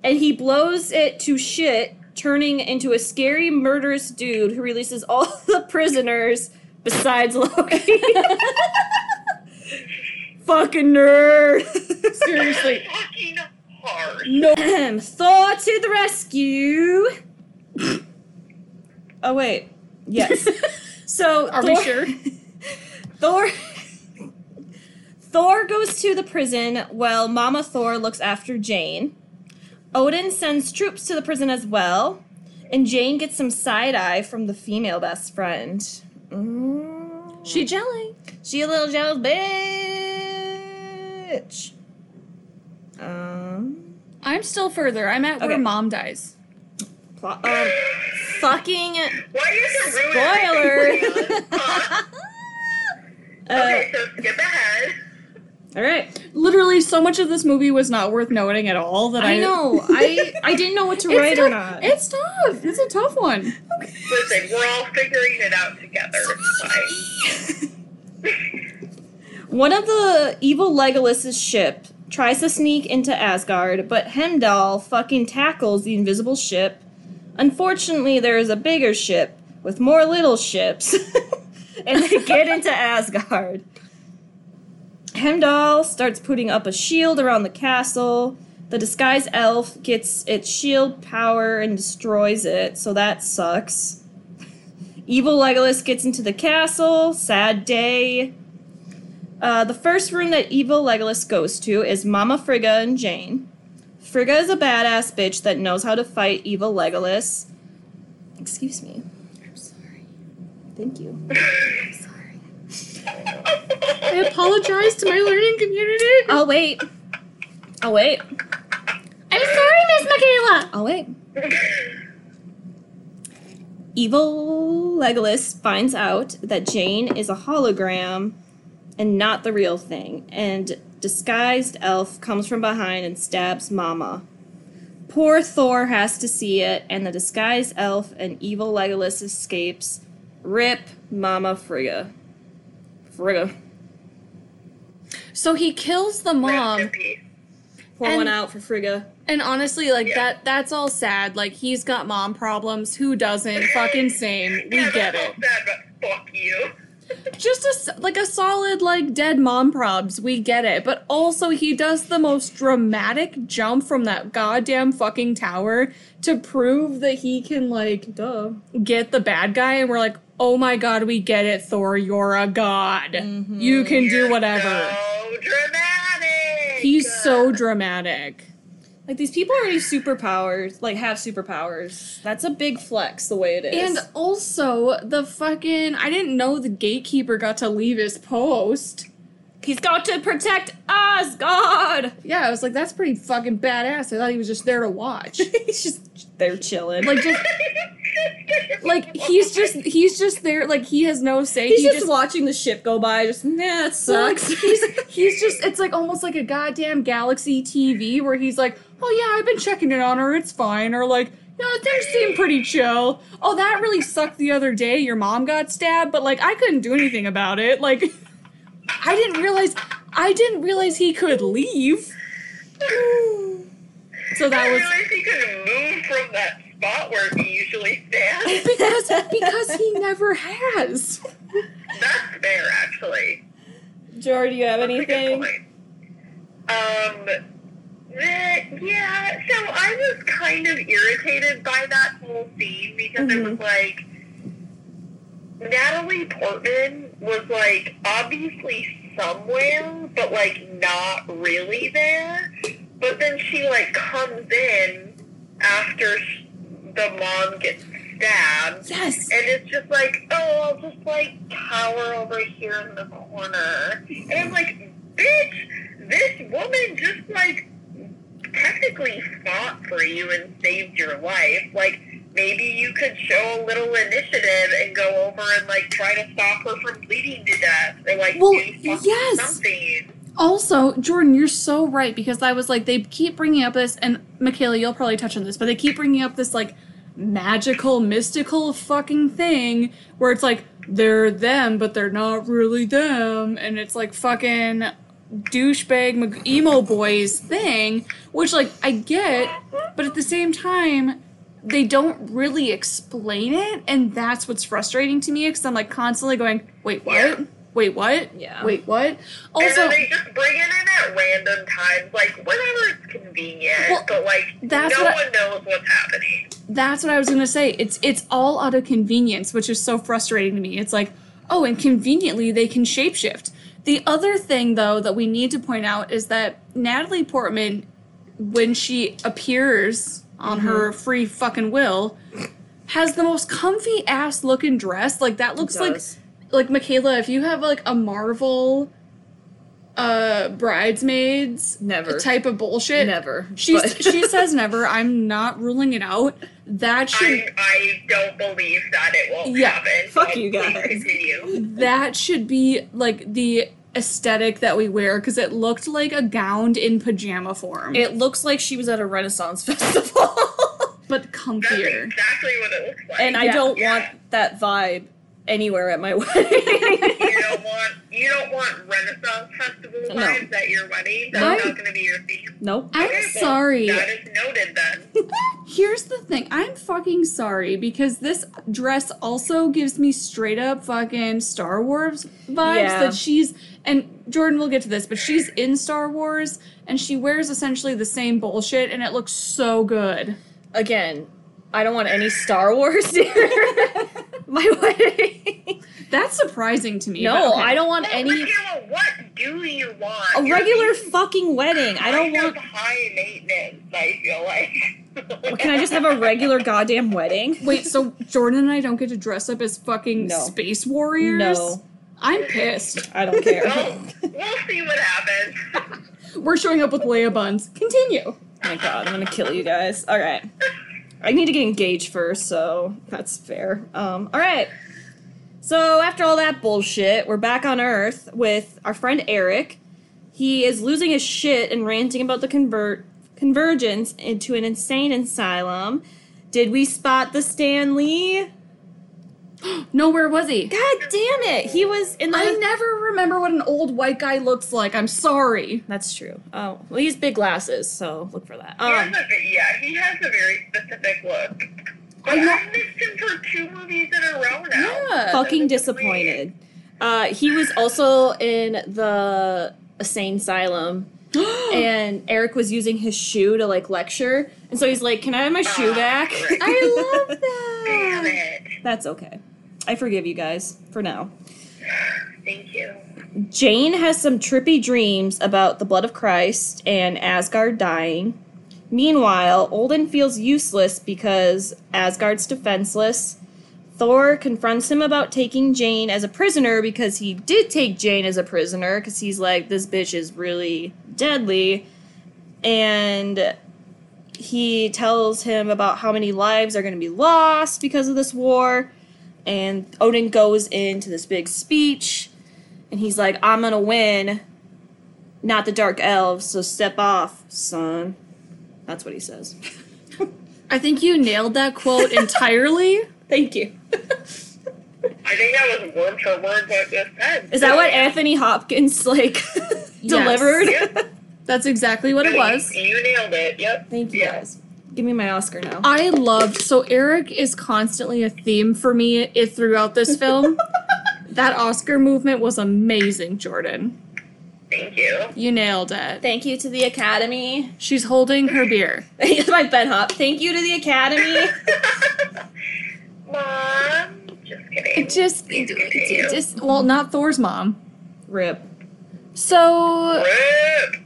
[SPEAKER 3] and he blows it to shit, turning into a scary, murderous dude who releases all the prisoners besides Loki. Fucking nerd.
[SPEAKER 2] Seriously.
[SPEAKER 1] Fucking hard.
[SPEAKER 3] No. Thor to the rescue. oh wait. Yes. so
[SPEAKER 2] Are we
[SPEAKER 3] Thor-
[SPEAKER 2] sure?
[SPEAKER 3] Thor Thor goes to the prison while Mama Thor looks after Jane. Odin sends troops to the prison as well, and Jane gets some side eye from the female best friend. Mm.
[SPEAKER 2] She jelly.
[SPEAKER 3] She a little jealous bitch. Um.
[SPEAKER 2] I'm still further. I'm at
[SPEAKER 3] Okay.
[SPEAKER 2] where mom dies.
[SPEAKER 3] Pl- um, fucking
[SPEAKER 1] Why are you so rude?
[SPEAKER 3] spoiler. uh,
[SPEAKER 1] okay, so skip ahead.
[SPEAKER 3] all right.
[SPEAKER 2] Literally, so much of this movie was not worth noting at all that I,
[SPEAKER 3] I know. I I didn't know what to
[SPEAKER 2] It's
[SPEAKER 3] write
[SPEAKER 2] tough-
[SPEAKER 3] or not.
[SPEAKER 2] It's tough. It's a tough one.
[SPEAKER 1] Listen, we're all figuring it out together. It's fine.
[SPEAKER 3] One of the evil Legolas's ship tries to sneak into Asgard, but Hemdall fucking tackles the invisible ship. Unfortunately, there is a bigger ship with more little ships, and they get into Asgard. Hemdall starts putting up a shield around the castle. The disguised elf gets its shield power and destroys it, so that sucks. Evil Legolas gets into the castle. Sad day. Uh, the first room that evil Legolas goes to is Mama Frigga and Jane. Frigga is a badass bitch that knows how to fight evil Legolas. Excuse me.
[SPEAKER 2] I'm sorry.
[SPEAKER 3] Thank you.
[SPEAKER 2] I'm sorry. I apologize to my learning community.
[SPEAKER 3] I'll wait. I'll wait.
[SPEAKER 2] I'm sorry, Miss Michaela.
[SPEAKER 3] I'll wait. Evil Legolas finds out that Jane is a hologram and not the real thing, and disguised elf comes from behind and stabs Mama. Poor Thor has to see it, and the disguised elf and evil Legolas escapes. Rip Mama Frigga. Frigga.
[SPEAKER 2] So he kills the
[SPEAKER 1] Rest in
[SPEAKER 2] mom,
[SPEAKER 1] peace.
[SPEAKER 3] Pour
[SPEAKER 2] And-
[SPEAKER 3] one out for Frigga.
[SPEAKER 2] and honestly, like
[SPEAKER 1] Yeah.
[SPEAKER 2] that—that's all sad. Like he's got mom problems. Who doesn't? Fucking same. We
[SPEAKER 1] Yeah,
[SPEAKER 2] get
[SPEAKER 1] that's
[SPEAKER 2] it.
[SPEAKER 1] all Sad, but fuck you.
[SPEAKER 2] Just a s- like a solid like dead mom probs. We get it. But also, he does the most dramatic jump from that goddamn fucking tower to prove that he can like
[SPEAKER 3] Duh.
[SPEAKER 2] get the bad guy and we're like, oh my god, we get it, Thor, you're a god. You can do
[SPEAKER 1] You're
[SPEAKER 2] whatever.
[SPEAKER 1] So dramatic.
[SPEAKER 2] He's so dramatic.
[SPEAKER 3] Like these people already superpowers, like have superpowers. That's a big flex the way it is.
[SPEAKER 2] And also, the fucking. I didn't know the gatekeeper got to leave his post.
[SPEAKER 3] he's got to protect us, God.
[SPEAKER 2] Yeah, I was like, that's pretty fucking badass. I thought he was just there to watch.
[SPEAKER 3] he's just they're chilling.
[SPEAKER 2] like, just. Like he's just he's just there like he has no say
[SPEAKER 3] he's
[SPEAKER 2] he
[SPEAKER 3] just, watching the ship go by. Just nah, it sucks.
[SPEAKER 2] he's he's just it's like almost like a goddamn galaxy TV where he's like, oh yeah, I've been checking it on her, it's fine, or like. No, things seem pretty chill. Oh, that really sucked the other day. Your mom got stabbed, but like I couldn't do anything about it. Like I didn't realize I didn't realize he could leave. So
[SPEAKER 1] I
[SPEAKER 2] that was
[SPEAKER 1] realized he couldn't move from that spot where he usually stands.
[SPEAKER 2] because because he never has.
[SPEAKER 1] That's fair, actually.
[SPEAKER 3] Jor, do you have
[SPEAKER 1] That's a good
[SPEAKER 3] anything?
[SPEAKER 1] point. Um, eh, yeah, so I was kind of irritated by that whole scene because it
[SPEAKER 3] Mm-hmm.
[SPEAKER 1] was like Natalie Portman was like obviously somewhere, but like not really there. But then she like comes in after sh- the mom gets stabbed.
[SPEAKER 3] Yes.
[SPEAKER 1] And it's just like, oh, I'll just like cower over here in the corner. And I'm like, bitch, this woman just like technically basically fought for you and saved your life. Like, maybe you could show a little initiative and go over and, like, try to stop her from bleeding to death or, like,
[SPEAKER 2] Well,
[SPEAKER 1] do fucking
[SPEAKER 2] yes.
[SPEAKER 1] something.
[SPEAKER 2] Also, Jordan, you're so right because I was like, they keep bringing up this, and Michaela, you'll probably touch on this, but they keep bringing up this like magical, mystical fucking thing where it's like they're them, but they're not really them, and it's like fucking douchebag mag- emo boys thing, which like I get, but at the same time. They don't really explain it, and that's what's frustrating to me because I'm like constantly going, "Wait, what? Wait, what?
[SPEAKER 3] Yeah.
[SPEAKER 2] Wait, what?"
[SPEAKER 1] and then
[SPEAKER 2] Also,
[SPEAKER 1] they just bring it in at random times, like, whenever it's convenient.
[SPEAKER 2] Well,
[SPEAKER 1] but, like,
[SPEAKER 2] that's
[SPEAKER 1] no
[SPEAKER 2] what I-
[SPEAKER 1] one knows what's happening.
[SPEAKER 2] that's what I was gonna say. It's it's all out of convenience, which is so frustrating to me. It's like, oh, and conveniently they can shapeshift. The other thing though that we need to point out is that Natalie Portman, when she appears on her
[SPEAKER 3] Mm-hmm.
[SPEAKER 2] free fucking will, has the most comfy ass looking dress. Like that looks like
[SPEAKER 3] does.
[SPEAKER 2] like Michaela, if you have like a Marvel uh bridesmaids
[SPEAKER 3] Never.
[SPEAKER 2] type of bullshit.
[SPEAKER 3] Never,
[SPEAKER 2] She's,
[SPEAKER 3] but-
[SPEAKER 2] she says never. I'm not ruling it out. That should
[SPEAKER 1] I, I don't believe that it won't
[SPEAKER 2] Yeah,
[SPEAKER 1] happen.
[SPEAKER 3] fuck
[SPEAKER 1] so
[SPEAKER 3] you
[SPEAKER 1] please
[SPEAKER 3] guys.
[SPEAKER 1] Continue.
[SPEAKER 2] that should be like the aesthetic that we wear because it looked like a gowned in pajama form,
[SPEAKER 3] It looks like she was at a Renaissance festival.
[SPEAKER 2] but
[SPEAKER 1] That's
[SPEAKER 2] comfier.
[SPEAKER 1] exactly what it looks like.
[SPEAKER 3] and I
[SPEAKER 2] Yeah.
[SPEAKER 3] don't
[SPEAKER 1] Yeah.
[SPEAKER 3] want that vibe anywhere at my wedding.
[SPEAKER 1] you don't want you don't want Renaissance festival
[SPEAKER 3] No.
[SPEAKER 1] vibes at your wedding. That's
[SPEAKER 2] I-
[SPEAKER 1] not going to be your theme.
[SPEAKER 3] nope.
[SPEAKER 2] I'm
[SPEAKER 1] Okay, well,
[SPEAKER 2] sorry.
[SPEAKER 1] That is noted then.
[SPEAKER 2] Here's the thing. I'm fucking sorry because this dress also gives me straight up fucking Star Wars vibes
[SPEAKER 3] Yeah.
[SPEAKER 2] that she's and Jordan will get to this, but she's in Star Wars and she wears essentially the same bullshit and it looks so good.
[SPEAKER 3] Again, I don't want any Star Wars here. my wedding.
[SPEAKER 2] That's surprising to me.
[SPEAKER 3] No,
[SPEAKER 2] but okay.
[SPEAKER 3] I don't want
[SPEAKER 1] Well,
[SPEAKER 3] any
[SPEAKER 1] Michaela, what do you want?
[SPEAKER 3] a
[SPEAKER 1] Your
[SPEAKER 3] regular
[SPEAKER 1] theme's
[SPEAKER 3] fucking wedding. I don't
[SPEAKER 1] kind of
[SPEAKER 3] want.
[SPEAKER 1] high maintenance. I feel like.
[SPEAKER 3] Can I just have a regular goddamn wedding?
[SPEAKER 2] Wait, so Jordan and I don't get to dress up as fucking
[SPEAKER 3] No.
[SPEAKER 2] space warriors?
[SPEAKER 3] No.
[SPEAKER 2] I'm pissed.
[SPEAKER 3] I don't care.
[SPEAKER 1] Well, we'll see what happens.
[SPEAKER 2] We're showing up with Leia buns. Continue.
[SPEAKER 3] Oh my god, I'm gonna kill you guys. All right. I need to get engaged first, so that's fair. Um, all right. So after all that bullshit, we're back on Earth with our friend Eric. He is losing his shit and ranting about the convert convergence into an insane asylum. Did we spot the Stan Lee?
[SPEAKER 2] No, where was he?
[SPEAKER 3] God damn it! He was in the.
[SPEAKER 2] I never remember what an old white guy looks like. I'm sorry.
[SPEAKER 3] that's true. Oh, well, he's big glasses, so look for that.
[SPEAKER 1] He
[SPEAKER 3] Um,
[SPEAKER 1] has a, ve- yeah, he has a very specific look. But
[SPEAKER 2] I know-
[SPEAKER 1] I've missed him for two movies in a row now.
[SPEAKER 2] Yeah.
[SPEAKER 3] fucking disappointed. Uh, he was also in the insane asylum, and Eric was using his shoe to like lecture, and so he's like, "Can I have my shoe
[SPEAKER 1] Ah,
[SPEAKER 3] back?"
[SPEAKER 1] great.
[SPEAKER 2] I love
[SPEAKER 1] Damn
[SPEAKER 2] that.
[SPEAKER 1] it.
[SPEAKER 3] That's okay. I forgive you guys for now.
[SPEAKER 1] Thank you.
[SPEAKER 3] Jane has some trippy dreams about the blood of Christ and Asgard dying. Meanwhile, Olden feels useless because Asgard's defenseless. Thor confronts him about taking Jane as a prisoner because he did take Jane as a prisoner because he's like, this bitch is really deadly. And he tells him about how many lives are going to be lost because of this war. And Odin goes into this big speech and he's like, I'm gonna win, not the dark elves, so step off, son. That's what he says.
[SPEAKER 2] I think you nailed that quote entirely.
[SPEAKER 3] Thank you.
[SPEAKER 1] I think that was word for word what was said.
[SPEAKER 3] Is that what Anthony Hopkins like delivered?
[SPEAKER 1] Yep.
[SPEAKER 2] That's exactly what it was.
[SPEAKER 1] You nailed it. Yep.
[SPEAKER 3] Thank you
[SPEAKER 1] Yeah.
[SPEAKER 3] guys. Give me my Oscar now.
[SPEAKER 2] I loved so Eric is constantly a theme for me i- throughout this film. that Oscar movement was amazing, Jordan.
[SPEAKER 1] Thank you.
[SPEAKER 2] You nailed it.
[SPEAKER 3] Thank you to the Academy.
[SPEAKER 2] She's holding her beer.
[SPEAKER 3] That's my Ben Hop. Thank you to the Academy.
[SPEAKER 1] Mom, just kidding.
[SPEAKER 2] It just, it, it just, well, not Thor's mom.
[SPEAKER 3] Rip.
[SPEAKER 2] So
[SPEAKER 1] Rip.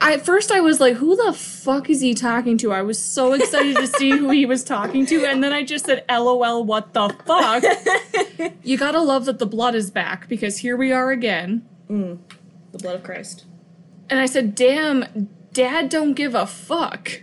[SPEAKER 2] I, at first I was like, "Who the fuck is he talking to?" I was so excited to see who he was talking to, and then I just said, "LOL, what the fuck?"
[SPEAKER 3] the
[SPEAKER 2] you gotta love that the blood is back because here we are again.
[SPEAKER 3] blood of Christ.
[SPEAKER 2] And I said, "Damn, dad don't give a fuck.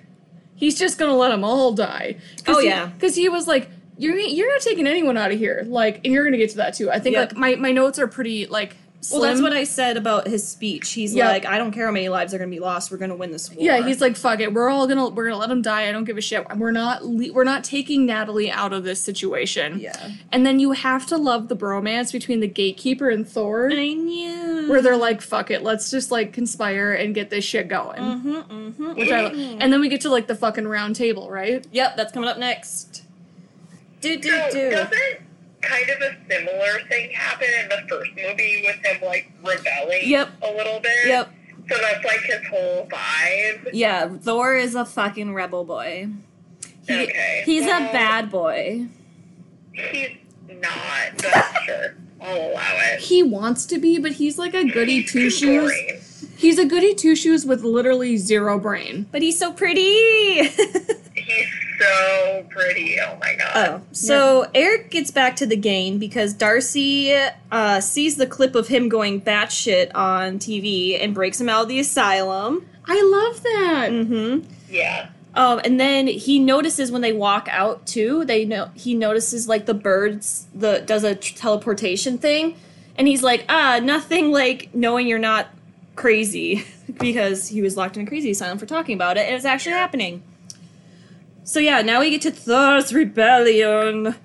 [SPEAKER 2] He's just gonna let them all die.
[SPEAKER 3] Oh, yeah.
[SPEAKER 2] because he was like, "You're you're not taking anyone out of here." Like, and you're gonna get to that too. I think
[SPEAKER 3] Yep.
[SPEAKER 2] like my my notes are pretty like.
[SPEAKER 3] Well, that's
[SPEAKER 2] slim.
[SPEAKER 3] what I said about his speech. He's
[SPEAKER 2] Yeah.
[SPEAKER 3] like, I don't care how many lives are going to be lost. We're going to win this war.
[SPEAKER 2] Yeah, he's like, "Fuck it, we're all gonna we're gonna let him die. I don't give a shit. We're not le- we're not taking Natalie out of this situation."
[SPEAKER 3] yeah.
[SPEAKER 2] and then you have to love the bromance between the gatekeeper and Thor,
[SPEAKER 3] I knew.
[SPEAKER 2] where they're like, "Fuck it, let's just like conspire and get this shit going."
[SPEAKER 3] Mm-hmm, mm-hmm.
[SPEAKER 2] Which I and then we get to like the fucking round table, right?
[SPEAKER 3] Yep, that's coming up next. Do do
[SPEAKER 1] So
[SPEAKER 3] do.
[SPEAKER 1] doesn't kind of a similar thing happen in the first movie with him like rebelling
[SPEAKER 3] Yep.
[SPEAKER 1] a little bit?
[SPEAKER 3] Yep.
[SPEAKER 1] So that's like his whole vibe.
[SPEAKER 3] Yeah, Thor is a fucking rebel boy. He,
[SPEAKER 1] Okay.
[SPEAKER 3] He's a
[SPEAKER 1] Well-
[SPEAKER 3] bad boy.
[SPEAKER 1] He's not, but sure. I'll allow it.
[SPEAKER 2] He wants to be, but he's like a goody
[SPEAKER 1] He's
[SPEAKER 2] two
[SPEAKER 1] too
[SPEAKER 2] shoes.
[SPEAKER 1] boring.
[SPEAKER 2] He's a goody two shoes with literally zero brain.
[SPEAKER 3] But he's so pretty.
[SPEAKER 1] He's so pretty. Oh my god.
[SPEAKER 3] oh, so Eric gets back to the game because Darcy uh, sees the clip of him going batshit on TV and breaks him out of the asylum.
[SPEAKER 2] I love that.
[SPEAKER 3] Mm-hmm.
[SPEAKER 1] Yeah.
[SPEAKER 3] Um, and then he notices when they walk out too. They know he notices like the birds the does a t- teleportation thing, and he's like, ah, nothing like knowing you're not crazy because he was locked in a crazy asylum for talking about it, and it's actually happening. So yeah, now we get to Thor's rebellion.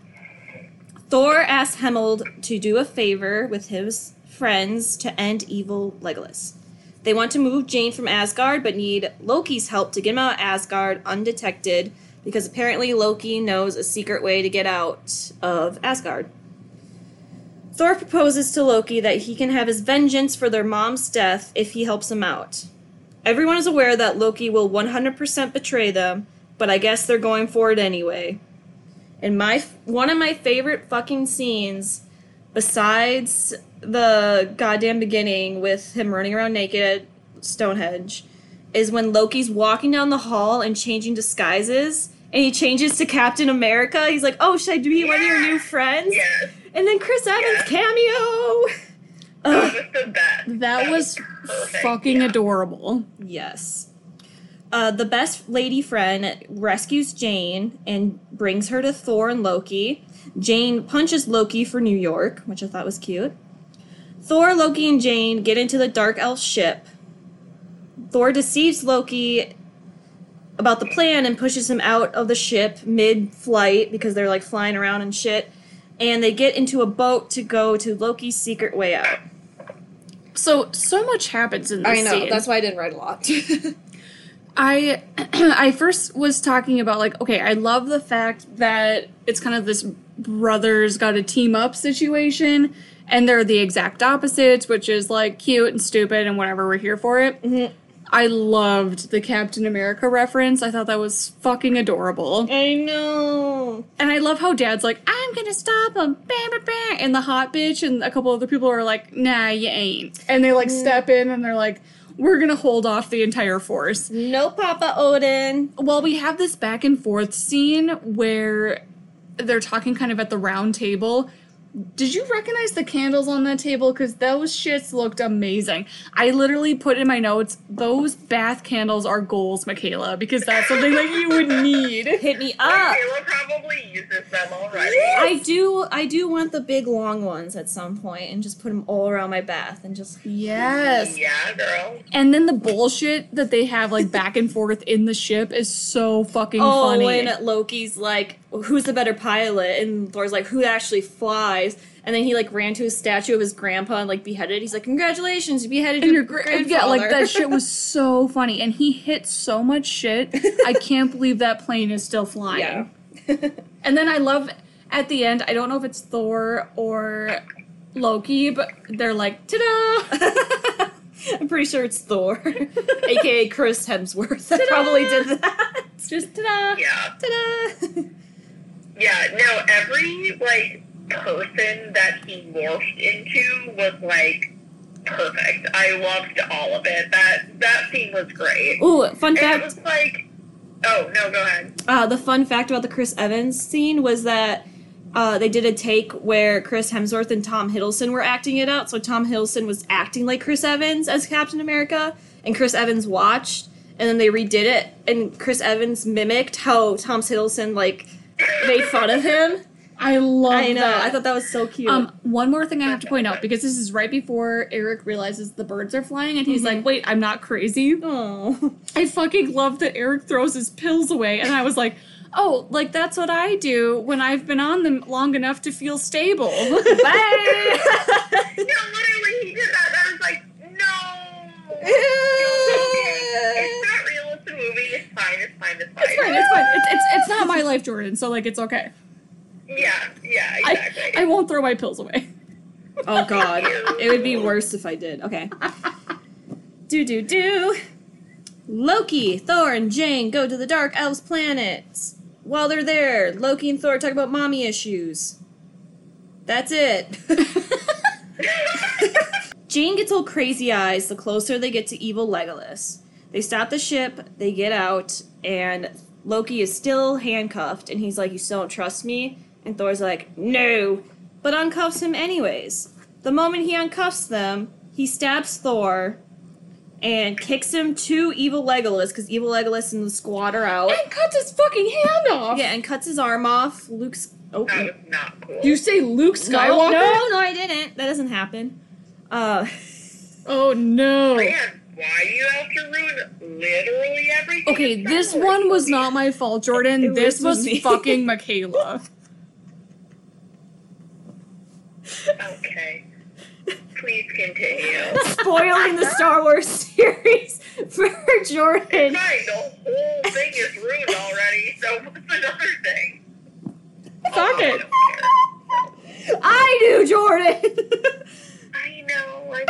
[SPEAKER 3] Thor asks Hemold to do a favor with his friends to end evil Legolas. They want to move Jane from Asgard, but need Loki's help to get him out of Asgard undetected, because apparently Loki knows a secret way to get out of Asgard. Thor proposes to Loki that he can have his vengeance for their mom's death if he helps him out. Everyone is aware that Loki will 100% betray them, but I guess they're going for it anyway. And my one of my favorite fucking scenes besides the goddamn beginning with him running around naked at Stonehenge, is when Loki's walking down the hall and changing disguises, and he changes to Captain America. He's like, "Oh, should I be one of your new friends?"
[SPEAKER 1] Yes.
[SPEAKER 3] And then Chris Evans
[SPEAKER 1] Yeah.
[SPEAKER 3] cameo.
[SPEAKER 1] That
[SPEAKER 3] Ugh,
[SPEAKER 1] was the best.
[SPEAKER 2] That, was
[SPEAKER 1] perfect,
[SPEAKER 2] fucking
[SPEAKER 1] yeah.
[SPEAKER 2] adorable.
[SPEAKER 3] yes. Uh, the best lady friend rescues Jane and brings her to Thor and Loki. Jane punches Loki for New York, which I thought was cute. Thor, Loki, and Jane get into the Dark Elf ship. Thor deceives Loki about the plan and pushes him out of the ship mid flight because they're like flying around and shit. And they get into a boat to go to Loki's secret way out.
[SPEAKER 2] So so much happens in this scene.
[SPEAKER 3] why I didn't write a lot.
[SPEAKER 2] I I first was talking about like okay, I love the fact that it's kind of this brothers got to team up situation and they're the exact opposites, which is like cute and stupid and whatever we're here for it. I loved the Captain America reference. I thought that was fucking adorable.
[SPEAKER 3] I know.
[SPEAKER 2] And I love how dad's like, I'm gonna stop him, bam, bam, bam. And the hot bitch and a couple other people are like, nah, you ain't. And they like step in and they're like, we're gonna hold off the entire force
[SPEAKER 3] No, Papa Odin.
[SPEAKER 2] well, we have this back and forth scene where they're talking kind of at the round table. Did you recognize the candles on that table? Because those shits looked amazing. I literally put in my notes, those bath candles are goals, Michaela, because that's something that you would need.
[SPEAKER 3] Hit me
[SPEAKER 1] Michaela
[SPEAKER 3] up.
[SPEAKER 1] probably uses them already.
[SPEAKER 3] I do. I do want the big long ones at some point, and just put them all around my bath, and just
[SPEAKER 2] Yes.
[SPEAKER 1] Yeah, girl.
[SPEAKER 2] And then the bullshit that they have like back and forth in the ship is so fucking
[SPEAKER 3] Oh,
[SPEAKER 2] funny.
[SPEAKER 3] when Loki's like, "Who's the better pilot?" and Thor's like, "Who actually flies?" And then he like ran to a statue of his grandpa and like beheaded. He's like, "Congratulations, you beheaded
[SPEAKER 2] and
[SPEAKER 3] your
[SPEAKER 2] your
[SPEAKER 3] gr-
[SPEAKER 2] gra-
[SPEAKER 3] grandfather."
[SPEAKER 2] yeah, like that shit was so funny, and he hit so much shit. I can't believe that plane is still flying.
[SPEAKER 3] Yeah.
[SPEAKER 2] And then I love at the end. I don't know if it's Thor or Loki, but they're like, "Ta-da!"
[SPEAKER 3] I'm pretty sure it's Thor, aka Chris Hemsworth, that probably did that.
[SPEAKER 2] Just ta-da.
[SPEAKER 1] Yeah.
[SPEAKER 3] Ta-da!
[SPEAKER 1] Yeah. No, every like person that he morphed into was like perfect. I loved all of it. That that scene was great.
[SPEAKER 3] Ooh, fun
[SPEAKER 1] And it
[SPEAKER 3] fact.
[SPEAKER 1] was like Oh, no, go ahead.
[SPEAKER 3] Uh, the fun fact about the Chris Evans scene was that uh, they did a take where Chris Hemsworth and Tom Hiddleston were acting it out. So Tom Hiddleston was acting like Chris Evans as Captain America, and Chris Evans watched. and then they redid it, and Chris Evans mimicked how Tom Hiddleston like made fun of him.
[SPEAKER 2] I love
[SPEAKER 3] I know.
[SPEAKER 2] that.
[SPEAKER 3] I thought that was so cute.
[SPEAKER 2] Um, one more thing I have to point out because this is right before Eric realizes the birds are flying and he's like,
[SPEAKER 3] Mm-hmm.
[SPEAKER 2] "Wait, I'm not crazy."
[SPEAKER 3] Aw.
[SPEAKER 2] I fucking love that Eric throws his pills away, and I was like, "Oh, like that's what I do when I've been on them long enough to feel stable."
[SPEAKER 3] Bye.
[SPEAKER 1] No, literally, he did that. and I was like, no.
[SPEAKER 3] Ew.
[SPEAKER 1] It's not real. It's a movie. It's fine. It's fine. It's fine.
[SPEAKER 2] it's fine. It's fine. It's, it's it's not my life, Jordan. So like, it's okay.
[SPEAKER 1] Yeah. Yeah.
[SPEAKER 2] I
[SPEAKER 1] Exactly.
[SPEAKER 2] I won't throw my pills away.
[SPEAKER 3] oh god, it would be worse if I did. Okay. do do do. Loki, Thor, and Jane go to the Dark Elves planet. While they're there, Loki and Thor talk about mommy issues. That's it. Jane gets all crazy eyes the closer they get to evil Legolas. They stop the ship, they get out, and Loki is still handcuffed, and he's like, You still don't trust me? And Thor's like, No! But uncuffs him anyways. The moment he uncuffs them, he stabs Thor and kicks him to evil Legolas, because evil Legolas and the squad are out.
[SPEAKER 2] And cuts his fucking hand off.
[SPEAKER 3] Yeah, and cuts his arm off. Luke's. Oh,
[SPEAKER 1] that was not cool.
[SPEAKER 2] You say Luke
[SPEAKER 3] No,
[SPEAKER 2] Skywalker?
[SPEAKER 3] no, no, I didn't. That doesn't happen. Uh,
[SPEAKER 2] Oh no.
[SPEAKER 1] Man, why do you have to ruin literally everything?
[SPEAKER 2] Okay,
[SPEAKER 1] It's
[SPEAKER 2] this
[SPEAKER 1] not
[SPEAKER 2] one was
[SPEAKER 1] worth
[SPEAKER 2] not my fault, Jordan.
[SPEAKER 3] It
[SPEAKER 2] this
[SPEAKER 3] was
[SPEAKER 2] was
[SPEAKER 3] me.
[SPEAKER 2] fucking Michaela.
[SPEAKER 1] it. Okay. Please continue.
[SPEAKER 3] spoiling the Star Wars series for
[SPEAKER 1] Fine,
[SPEAKER 3] Jordan.
[SPEAKER 1] the whole thing is ruined already, so what's another thing? Oh,
[SPEAKER 2] Fuck it.
[SPEAKER 3] I do, Jordan.
[SPEAKER 1] I know. I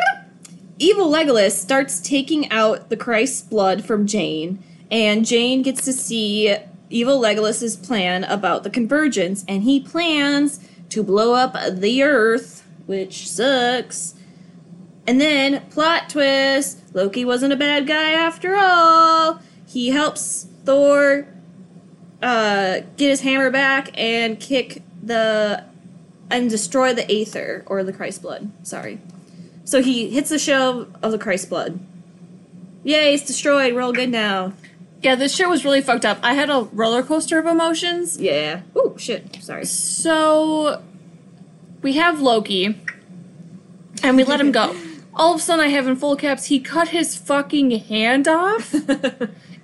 [SPEAKER 3] Evil Legolas starts taking out the Christ's blood from Jane, and Jane gets to see Evil Legolas's plan about the convergence, and he plans to blow up the Earth, which sucks. And then, plot twist Loki wasn't a bad guy after all. He helps Thor uh, get his hammer back and kick the. and destroy the Aether, or the Christ blood. Sorry. So he hits the shell of the Christ blood. Yay, it's destroyed. We're all good now.
[SPEAKER 2] Yeah, this shit was really fucked up. I had a roller coaster of emotions.
[SPEAKER 3] Yeah. Ooh, shit. Sorry.
[SPEAKER 2] So we have Loki and we let him go. All of a sudden I have in full caps, he cut his fucking hand off.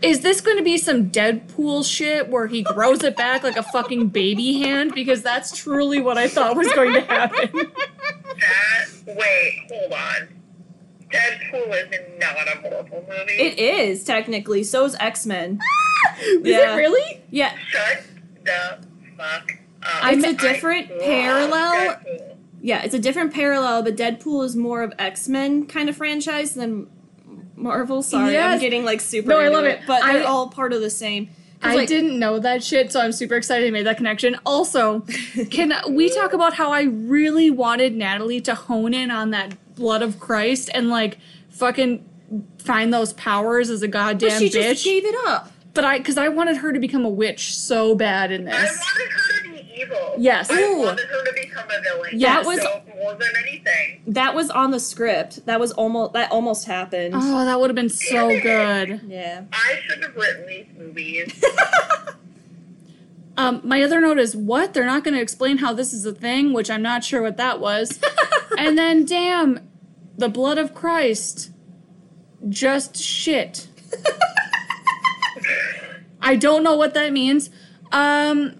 [SPEAKER 2] Is this going to be some Deadpool shit where he grows it back like a fucking baby hand? Because that's truly what I thought was going to happen.
[SPEAKER 1] that. Wait, hold on. Deadpool is not a Marvel movie.
[SPEAKER 3] it is technically. So is X Men.
[SPEAKER 2] Is
[SPEAKER 3] Yeah.
[SPEAKER 2] it really?
[SPEAKER 3] Yeah.
[SPEAKER 1] Shut the fuck up.
[SPEAKER 3] It's
[SPEAKER 1] a
[SPEAKER 3] a different parallel- Yeah, it's a different parallel, but Deadpool is more of X Men kind of franchise than Marvel. Sorry, I'm
[SPEAKER 2] Yes.
[SPEAKER 3] getting like super.
[SPEAKER 2] No, I
[SPEAKER 3] into
[SPEAKER 2] love it.
[SPEAKER 3] But they're
[SPEAKER 2] I-
[SPEAKER 3] all part of the same.
[SPEAKER 2] I
[SPEAKER 3] 'Cause, like,
[SPEAKER 2] didn't know that shit, so I'm super excited I made that connection. Also, can we talk about how I really wanted Natalie to hone in on that blood of Christ and like fucking find those powers as a goddamn
[SPEAKER 3] But she
[SPEAKER 2] bitch?
[SPEAKER 3] just gave it up.
[SPEAKER 2] but I, because I wanted her to become a witch so bad in
[SPEAKER 1] I
[SPEAKER 2] this.
[SPEAKER 1] wanted her to be evil.
[SPEAKER 2] Yes.
[SPEAKER 1] I
[SPEAKER 2] Ooh.
[SPEAKER 1] wanted her to become a villain.
[SPEAKER 2] Yes.
[SPEAKER 1] That was more than anything.
[SPEAKER 3] That was on the script. That was almost. That almost happened.
[SPEAKER 2] Oh, that would have been so good.
[SPEAKER 3] Yeah.
[SPEAKER 1] I should have written these movies.
[SPEAKER 2] Um, my other note is what? They're not going to explain how this is a thing, which I'm not sure what that was. and then, damn, the blood of Christ. Just shit. I don't know what that means. Um,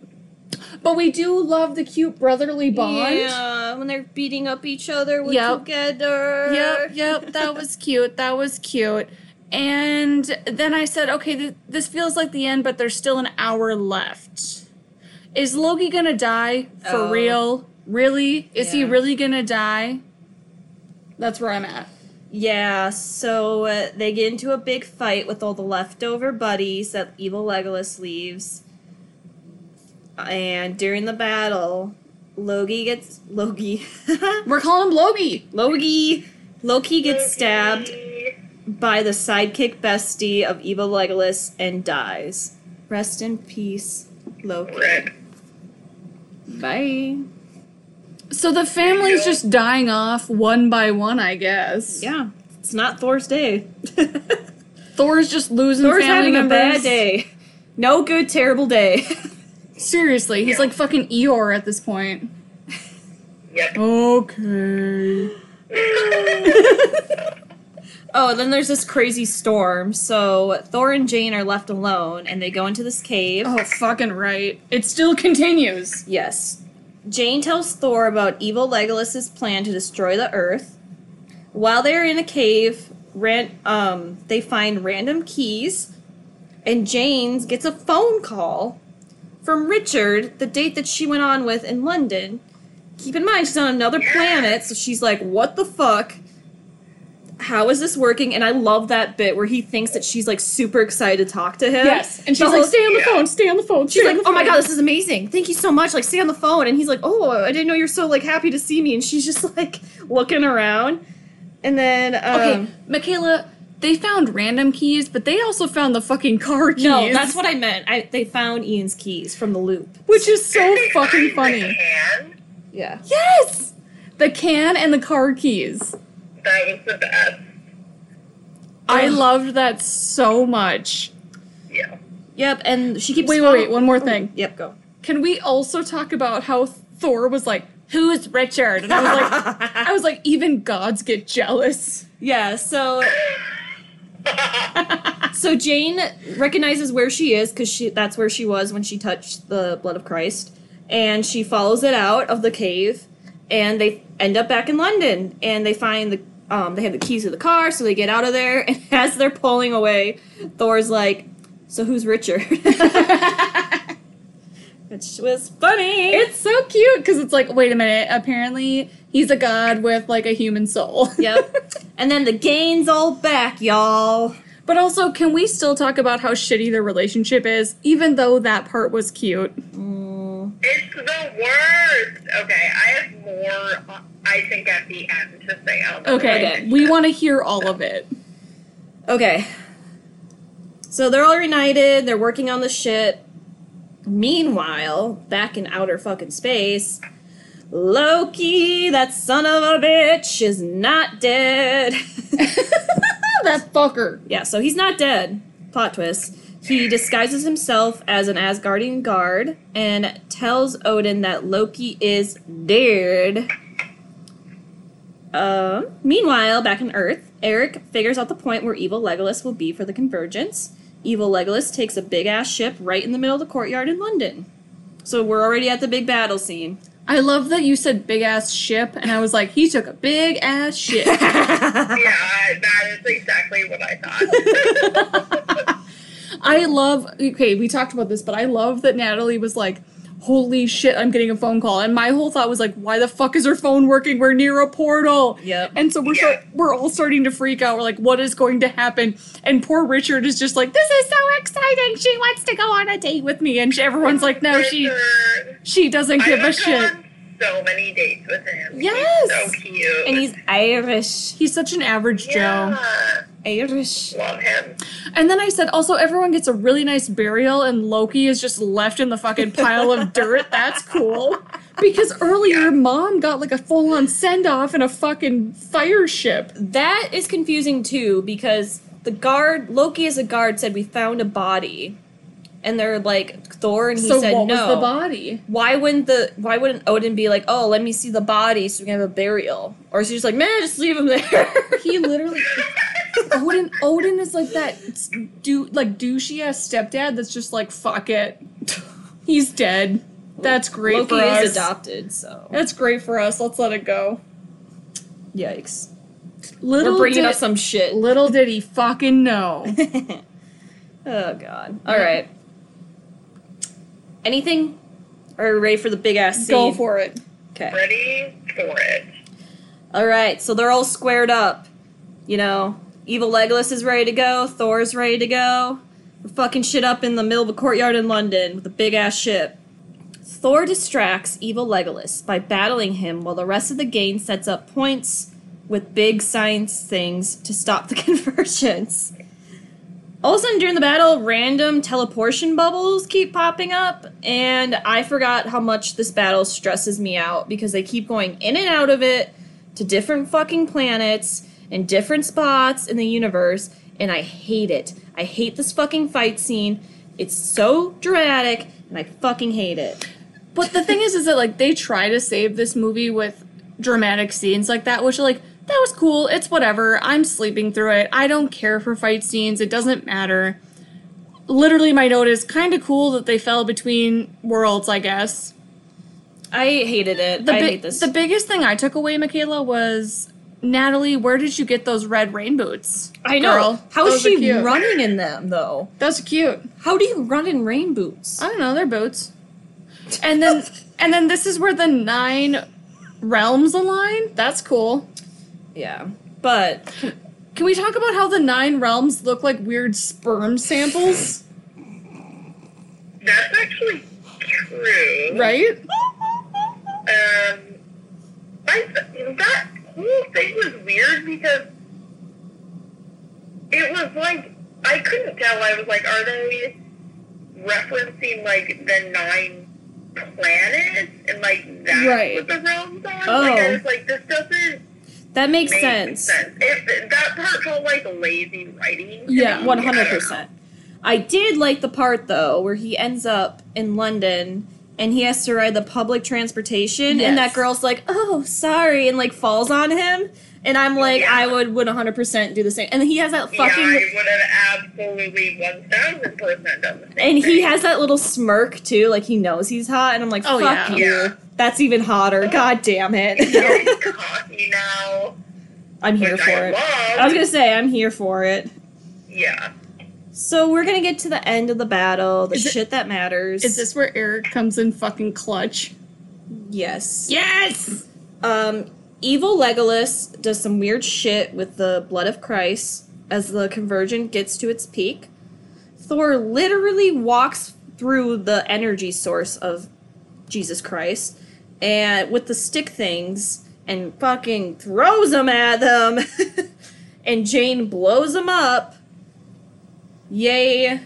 [SPEAKER 2] but we do love the cute brotherly bond.
[SPEAKER 3] Yeah, when they're beating up each other, we're
[SPEAKER 2] Yep.
[SPEAKER 3] together.
[SPEAKER 2] Yep, yep, that was cute. That was cute. And then I said, okay, th- this feels like the end, but there's still an hour left. Is Loki gonna die for
[SPEAKER 3] Oh.
[SPEAKER 2] real? Really? Is he
[SPEAKER 3] Yeah.
[SPEAKER 2] really gonna die? That's where I'm at.
[SPEAKER 3] Yeah, so uh, they get into a big fight with all the leftover buddies that evil Legolas leaves. And during the battle, Loki gets Loki.
[SPEAKER 2] We're calling him Loki.
[SPEAKER 3] Loki Loki gets stabbed
[SPEAKER 1] Maybe.
[SPEAKER 3] by the sidekick bestie of evil Legolas and dies. Rest in peace, Loki.
[SPEAKER 1] Rip.
[SPEAKER 3] Bye.
[SPEAKER 2] So the family's just dying off one by one, I guess.
[SPEAKER 3] Yeah, it's not Thor's day.
[SPEAKER 2] Thor's just losing
[SPEAKER 3] Thor's
[SPEAKER 2] family
[SPEAKER 3] having
[SPEAKER 2] members.
[SPEAKER 3] a bad day. No good, terrible day.
[SPEAKER 2] Seriously, he's like fucking Eeyore at this point.
[SPEAKER 1] Yep.
[SPEAKER 2] Okay.
[SPEAKER 3] oh, and then there's this crazy storm. So Thor and Jane are left alone, and they go into this cave.
[SPEAKER 2] Oh, fucking right. It still continues.
[SPEAKER 3] Yes. Jane tells Thor about evil Legolas's plan to destroy the Earth. While they are in a cave, ran- um, they find random keys, and Jane gets a phone call from Richard, the date that she went on with in London. Keep in mind, she's on another planet, so she's like, what the fuck? How is this working? And I love that bit where he thinks that she's like super excited to talk to him.
[SPEAKER 2] Yes. And
[SPEAKER 3] The
[SPEAKER 2] she's like,
[SPEAKER 3] whole-
[SPEAKER 2] stay on the phone, stay on the phone.
[SPEAKER 3] She's
[SPEAKER 2] stay
[SPEAKER 3] like,
[SPEAKER 2] on the
[SPEAKER 3] "Oh my
[SPEAKER 2] phone."
[SPEAKER 3] god, this is amazing! Thank you so much!" Like, stay on the phone, and he's like, "Oh, I didn't know you're so like happy to see me." And she's just like looking around, and then
[SPEAKER 2] Okay,
[SPEAKER 3] um,
[SPEAKER 2] Michaela, they found random keys, but they also found the fucking car keys.
[SPEAKER 3] no, that's what I meant. I, they found Ian's keys from the loop.
[SPEAKER 2] Which is so
[SPEAKER 1] They
[SPEAKER 2] fucking
[SPEAKER 1] find The
[SPEAKER 2] funny.
[SPEAKER 1] can.
[SPEAKER 3] Yeah,
[SPEAKER 2] Yes! The can and the car keys.
[SPEAKER 1] That was the best.
[SPEAKER 2] I
[SPEAKER 3] Ugh.
[SPEAKER 2] loved that so much.
[SPEAKER 1] Yeah.
[SPEAKER 3] yep. And she keeps
[SPEAKER 2] Wait, wait,
[SPEAKER 3] follow-
[SPEAKER 2] wait, one more thing.
[SPEAKER 3] Yep, go.
[SPEAKER 2] Can we also talk about how Thor was like, Who's Richard? And I was like, I was like, even gods get jealous.
[SPEAKER 3] yeah. So so Jane recognizes where she is because she that's where she was when she touched the blood of Christ, and she follows it out of the cave, and they end up back in London, and they find the um, they have the keys to the car, so they get out of there, and as they're pulling away, Thor's like, "So who's Richard?" Which was funny.
[SPEAKER 2] It's so cute because it's like, wait a minute, apparently he's a god with like a human soul.
[SPEAKER 3] yep. And then the gain's all back, y'all.
[SPEAKER 2] But also, can we still talk about how shitty their relationship is, even though that part was cute?
[SPEAKER 3] Mm,
[SPEAKER 1] It's the worst. Okay, I have more. uh, I think at the end to say. on the
[SPEAKER 2] Okay,
[SPEAKER 3] Okay.
[SPEAKER 2] we want to hear all of it.
[SPEAKER 3] Okay. So they're all reunited, they're working on the ship. Meanwhile, back in outer fucking space, Loki, that son of a bitch, is not dead.
[SPEAKER 2] Oh, that fucker.
[SPEAKER 3] yeah, so he's not dead. Plot twist. He disguises himself as an Asgardian guard and tells Odin that Loki is dead. Um, meanwhile, back on Earth, Eric figures out the point where evil Legolas will be for the convergence. Evil Legolas takes a big ass ship right in the middle of the courtyard in London. So we're already at the big battle scene.
[SPEAKER 2] I love that you said big ass ship, and I was like, he took a big ass ship.
[SPEAKER 1] Yeah, I- that is exactly what I thought.
[SPEAKER 2] I love, okay, we talked about this, but I love that Natalie was like, holy shit, I'm getting a phone call. And my whole thought was like, why the fuck is her phone working? We're near a portal.
[SPEAKER 3] Yep.
[SPEAKER 2] And so we're so,
[SPEAKER 1] Yeah.
[SPEAKER 2] we're all starting to freak out. We're like, what is going to happen? And poor Richard is just like, this is so exciting. She wants to go on a date with me. And she, everyone's like, no, she
[SPEAKER 1] Richard.
[SPEAKER 2] she doesn't
[SPEAKER 1] I
[SPEAKER 2] give a
[SPEAKER 1] would go
[SPEAKER 2] shit.
[SPEAKER 1] on So many dates with him.
[SPEAKER 2] Yes.
[SPEAKER 1] He's so cute.
[SPEAKER 3] And he's Irish.
[SPEAKER 2] He's such an average Joe.
[SPEAKER 1] yeah.
[SPEAKER 3] Irish.
[SPEAKER 1] Love him.
[SPEAKER 2] And then I said, also everyone gets a really nice burial, and Loki is just left in the fucking pile of dirt. That's cool. Because earlier, mom got like a full on send off in a fucking fire ship.
[SPEAKER 3] That is confusing too because the guard Loki as a guard said we found a body, and they're like Thor and he
[SPEAKER 2] so
[SPEAKER 3] said
[SPEAKER 2] what
[SPEAKER 3] no.
[SPEAKER 2] was the body?
[SPEAKER 3] Why wouldn't the Why wouldn't Odin be like, oh, let me see the body so we can have a burial? Or is he just like, man, just leave him there?
[SPEAKER 2] He literally. Odin Odin is like that do like douchey ass stepdad that's just like fuck it. He's dead. That's great
[SPEAKER 3] Loki
[SPEAKER 2] for us.
[SPEAKER 3] is adopted, so
[SPEAKER 2] That's great for us. Let's let it go.
[SPEAKER 3] yikes.
[SPEAKER 2] Little
[SPEAKER 3] We're bringing
[SPEAKER 2] did,
[SPEAKER 3] up some shit.
[SPEAKER 2] little did he fucking know.
[SPEAKER 3] oh god. All right. Anything? Are we ready for the big ass scene?
[SPEAKER 2] Go for it.
[SPEAKER 3] Okay.
[SPEAKER 1] Ready for it.
[SPEAKER 3] All right, so they're all squared up. You know, evil Legolas is ready to go. Thor's ready to go. We're fucking shit up in the middle of a courtyard in London with a big ass ship. Thor distracts evil Legolas by battling him while the rest of the gang sets up points with big science things to stop the conversions. All of a sudden, during the battle, random teleportation bubbles keep popping up, and I forgot how much this battle stresses me out because they keep going in and out of it to different fucking planets and different spots in the universe, and I hate it. I hate this fucking fight scene. It's so dramatic, and I fucking hate it.
[SPEAKER 2] But the thing is, is that like they try to save this movie with dramatic scenes like that, which like that was cool. It's whatever. I'm sleeping through it. I don't care for fight scenes. It doesn't matter. Literally, my note is kind of cool that they fell between worlds. I guess
[SPEAKER 3] I hated it.
[SPEAKER 2] the
[SPEAKER 3] I
[SPEAKER 2] bi-
[SPEAKER 3] hate this.
[SPEAKER 2] the biggest thing I took away, Michaela, was Natalie. Where did you get those red rain boots?
[SPEAKER 3] I know.
[SPEAKER 2] Girl,
[SPEAKER 3] How is
[SPEAKER 2] those are
[SPEAKER 3] she
[SPEAKER 2] cute.
[SPEAKER 3] running in them though?
[SPEAKER 2] Those are cute.
[SPEAKER 3] How do you run in rain boots?
[SPEAKER 2] I don't know, they're boots. And then and then this is where the nine realms align. That's cool.
[SPEAKER 3] Yeah, but
[SPEAKER 2] Can we talk about how the nine realms look like weird sperm samples?
[SPEAKER 1] That's actually true.
[SPEAKER 2] Right?
[SPEAKER 1] Um, I, that whole thing was weird because it was like I couldn't tell. I was like, are they referencing like the nine planets and like that's
[SPEAKER 2] Right.
[SPEAKER 1] what the realms are?
[SPEAKER 3] Oh.
[SPEAKER 1] Like I was like, this doesn't
[SPEAKER 3] that makes
[SPEAKER 1] make
[SPEAKER 3] sense.
[SPEAKER 1] It, that part felt like lazy writing. to
[SPEAKER 2] Yeah,
[SPEAKER 1] me.
[SPEAKER 3] One hundred
[SPEAKER 1] I don't know.
[SPEAKER 3] percent. I did like the part though where he ends up in London and he has to ride the public transportation, and that
[SPEAKER 2] Yes.
[SPEAKER 3] girl's like, "Oh, sorry," and like falls on him. And I'm like,
[SPEAKER 1] Yeah.
[SPEAKER 3] I would would one hundred percent do the same. And he has that
[SPEAKER 1] Yeah,
[SPEAKER 3] fucking.
[SPEAKER 1] I would have absolutely one thousand percent done the same
[SPEAKER 3] and he
[SPEAKER 1] thing.
[SPEAKER 3] has that little smirk too, like he knows he's hot, and I'm like,
[SPEAKER 2] Oh,
[SPEAKER 3] "Fuck
[SPEAKER 2] yeah.
[SPEAKER 3] you,
[SPEAKER 1] Yeah.
[SPEAKER 3] that's even hotter." God damn
[SPEAKER 1] He's
[SPEAKER 3] it,
[SPEAKER 1] getting cocky now.
[SPEAKER 3] I'm here
[SPEAKER 1] Which
[SPEAKER 3] for
[SPEAKER 1] I
[SPEAKER 3] it.
[SPEAKER 1] love.
[SPEAKER 3] I was gonna say I'm here for it.
[SPEAKER 1] Yeah.
[SPEAKER 3] So we're gonna get to the end of the battle, the
[SPEAKER 2] Is it-
[SPEAKER 3] shit that matters.
[SPEAKER 2] Is this where Eric comes in fucking clutch?
[SPEAKER 3] yes?
[SPEAKER 2] Yes!
[SPEAKER 3] Um, evil Legolas does some weird shit with the blood of Christ as the conversion gets to its peak. Thor literally walks through the energy source of Jesus Christ and with the stick things and fucking throws them at them. and Jane blows them up. Yay.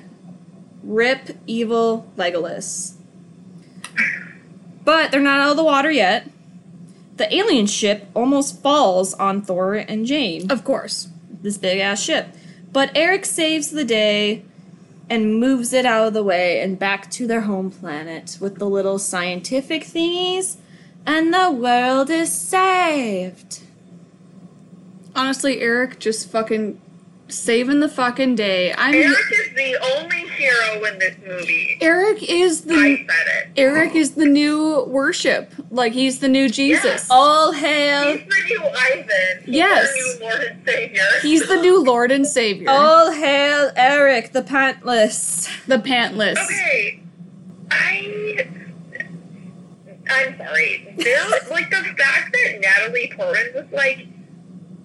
[SPEAKER 3] Rip evil Legolas. But they're not out of the water yet. The alien ship almost falls on Thor and Jane,
[SPEAKER 2] Of course.
[SPEAKER 3] this big ass ship. But Eric saves the day and moves it out of the way and back to their home planet with the little scientific thingies, and the world is saved.
[SPEAKER 2] Honestly, Eric just fucking saving the fucking day. I mean
[SPEAKER 1] Eric is the only hero in this movie.
[SPEAKER 2] Eric is
[SPEAKER 1] I
[SPEAKER 2] the
[SPEAKER 1] said it.
[SPEAKER 2] Eric is the new worship. Like he's the new Jesus.
[SPEAKER 3] All hail,
[SPEAKER 1] He's the new Ivan. He's
[SPEAKER 2] Yes.
[SPEAKER 1] The new Lord and Savior.
[SPEAKER 2] He's the new Lord and Savior.
[SPEAKER 3] all hail Eric the pantless.
[SPEAKER 2] The pantless.
[SPEAKER 1] Okay. I. I'm sorry. There, like the fact that Natalie Portman was like,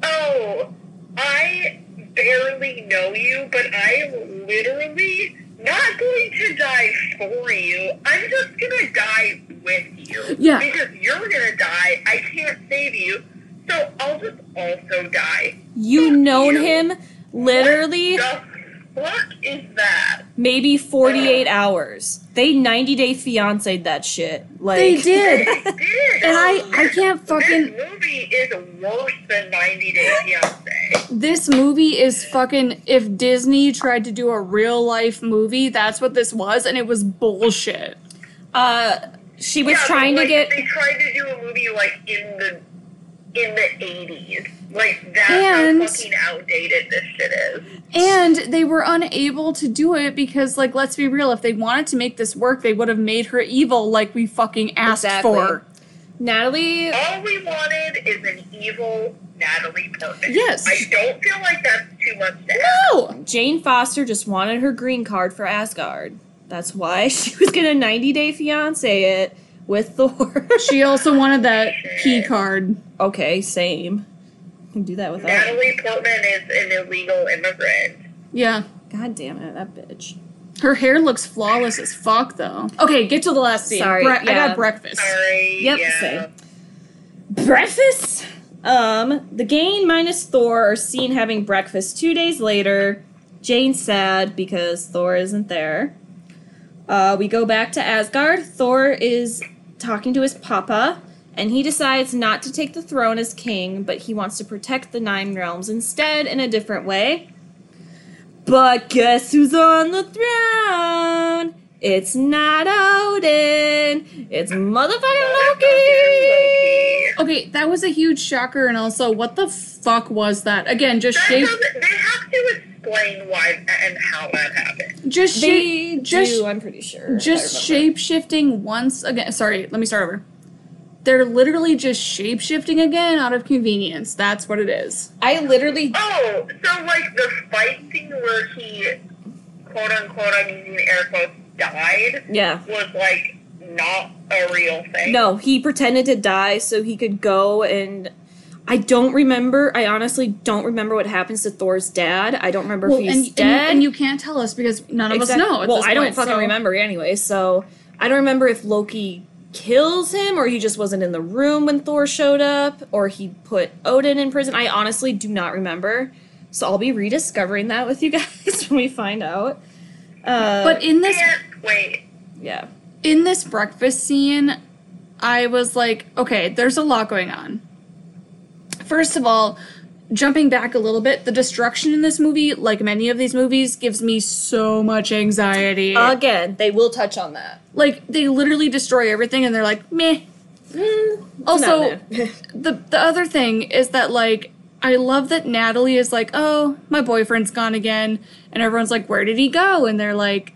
[SPEAKER 1] "Oh, I barely know you, but I am literally not going to die for you. I'm just gonna die with you.
[SPEAKER 2] Yeah.
[SPEAKER 1] Because you're gonna die. I can't save you, so I'll just also die.
[SPEAKER 3] You known
[SPEAKER 1] you.
[SPEAKER 3] him literally
[SPEAKER 1] The fuck is that?
[SPEAKER 3] maybe 48 hours. They 90 day fianced that shit. Like
[SPEAKER 2] They did.
[SPEAKER 1] They did.
[SPEAKER 2] And I, I can't fucking.
[SPEAKER 1] This movie is worse than 90 Day Fiancé.
[SPEAKER 2] This movie is fucking. If Disney tried to do a real life movie, that's what this was, and it was bullshit.
[SPEAKER 3] Uh, she was
[SPEAKER 1] Yeah,
[SPEAKER 3] trying
[SPEAKER 1] but,
[SPEAKER 3] to
[SPEAKER 1] like,
[SPEAKER 3] get.
[SPEAKER 1] They tried to do a movie like in the in the 80s. Like that's
[SPEAKER 2] And-
[SPEAKER 1] how fucking outdated this shit is.
[SPEAKER 2] And they were unable to do it because, like, let's be real, if they wanted to make this work, they would have made her evil like we fucking asked
[SPEAKER 3] Exactly.
[SPEAKER 2] for.
[SPEAKER 3] Natalie.
[SPEAKER 1] All we wanted is an evil Natalie Portman.
[SPEAKER 2] Yes.
[SPEAKER 1] I don't feel like that's too much to ask.
[SPEAKER 2] No!
[SPEAKER 3] Jane Foster just wanted her green card for Asgard. That's why she was gonna 90 day fiance it with Thor.
[SPEAKER 2] She also wanted that key card.
[SPEAKER 3] okay, same. I can do that without.
[SPEAKER 1] Natalie Portman is an illegal immigrant.
[SPEAKER 2] Yeah.
[SPEAKER 3] God damn it, that bitch.
[SPEAKER 2] Her hair looks flawless as fuck, though. Okay, get to the last scene.
[SPEAKER 3] Sorry,
[SPEAKER 2] Bre- I
[SPEAKER 3] yeah.
[SPEAKER 2] got breakfast.
[SPEAKER 1] Sorry.
[SPEAKER 3] Yep,
[SPEAKER 1] yeah.
[SPEAKER 3] same. breakfast um the gain minus thor are seen having breakfast two days later jane's sad because thor isn't there uh, we go back to asgard thor is talking to his papa and he decides not to take the throne as king but he wants to protect the nine realms instead in a different way But guess who's on the throne? It's not Odin. It's motherfucking Loki.
[SPEAKER 1] Loki.
[SPEAKER 2] Okay, that was a huge shocker, and also, what the fuck was that? Again, just
[SPEAKER 1] That
[SPEAKER 2] shape,
[SPEAKER 1] doesn't- They have to explain why and how that happened.
[SPEAKER 2] just
[SPEAKER 3] They
[SPEAKER 2] shape, just
[SPEAKER 3] do, I'm pretty sure. I
[SPEAKER 2] just
[SPEAKER 3] remember.
[SPEAKER 2] shape shifting once again. Sorry, let me start over. They're literally just shape shifting again out of convenience. That's what it is.
[SPEAKER 3] I literally
[SPEAKER 1] Oh, so like the fight scene where he, quote unquote, I'm using air quotes, died
[SPEAKER 3] yeah.
[SPEAKER 1] was like not a real thing.
[SPEAKER 3] No, he pretended to die so he could go and I don't remember. I honestly don't remember what happens to Thor's dad. I don't remember if
[SPEAKER 2] and,
[SPEAKER 3] he's
[SPEAKER 2] and you-
[SPEAKER 3] dead.
[SPEAKER 2] and you can't tell us because none of
[SPEAKER 3] Exact-
[SPEAKER 2] us know. at
[SPEAKER 3] Well,
[SPEAKER 2] this
[SPEAKER 3] I don't
[SPEAKER 2] point,
[SPEAKER 3] fucking
[SPEAKER 2] so-
[SPEAKER 3] remember anyway. So I don't remember if Loki kills him or he just wasn't in the room when Thor showed up or he put Odin in prison. I honestly do not remember. So I'll be rediscovering that with you guys when we find out. Uh,
[SPEAKER 2] But in this
[SPEAKER 1] Can't wait.
[SPEAKER 3] yeah,
[SPEAKER 2] in this breakfast scene, I was like, okay, there's a lot going on. First of all, jumping back a little bit, the destruction in this movie, like many of these movies, gives me so much anxiety.
[SPEAKER 3] again, they will touch on that.
[SPEAKER 2] like they literally destroy everything and they're like, meh.
[SPEAKER 3] Mm,
[SPEAKER 2] Also, the the other thing is that like I love that Natalie is like, "Oh, my boyfriend's gone again." And everyone's like, "Where did he go?" And they're like,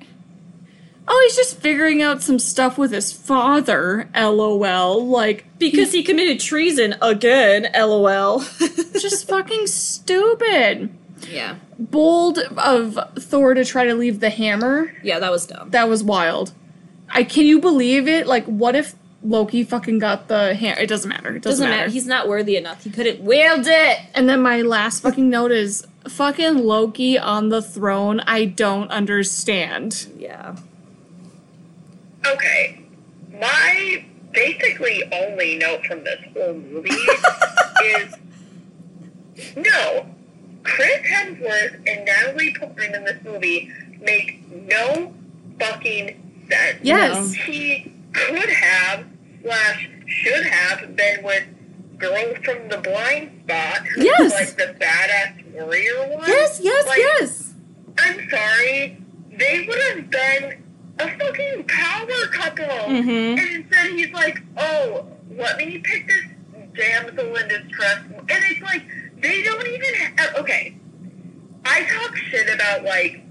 [SPEAKER 2] "Oh, he's just figuring out some stuff with his father." LOL. Like
[SPEAKER 3] because he committed treason again. LOL.
[SPEAKER 2] he's just fucking stupid.
[SPEAKER 3] yeah,
[SPEAKER 2] Bold of Thor to try to leave the hammer.
[SPEAKER 3] yeah, that was dumb.
[SPEAKER 2] That was wild. I can you believe it? Like what if Loki fucking got the hammer? It doesn't matter. It doesn't,
[SPEAKER 3] Doesn't
[SPEAKER 2] matter.
[SPEAKER 3] matter. He's not worthy enough. He couldn't wield it.
[SPEAKER 2] And then my last fucking note is fucking Loki on the throne. I don't understand.
[SPEAKER 3] Yeah.
[SPEAKER 1] Okay. My basically only note from this whole movie is no, Chris Hemsworth and Natalie Portman in this movie make no fucking sense.
[SPEAKER 2] Yes.
[SPEAKER 1] He could have, slash, should have been with Girl from the Blind Spot. who's
[SPEAKER 2] Yes.
[SPEAKER 1] Like the badass warrior one.
[SPEAKER 2] yes,
[SPEAKER 1] Like,
[SPEAKER 2] yes.
[SPEAKER 1] I'm sorry. They would have been a fucking power couple.
[SPEAKER 2] Mm.
[SPEAKER 3] Mhm.
[SPEAKER 1] And instead he's like, oh, let me pick this damsel in distress. And it's like, they don't even have, okay. I talk shit about, like,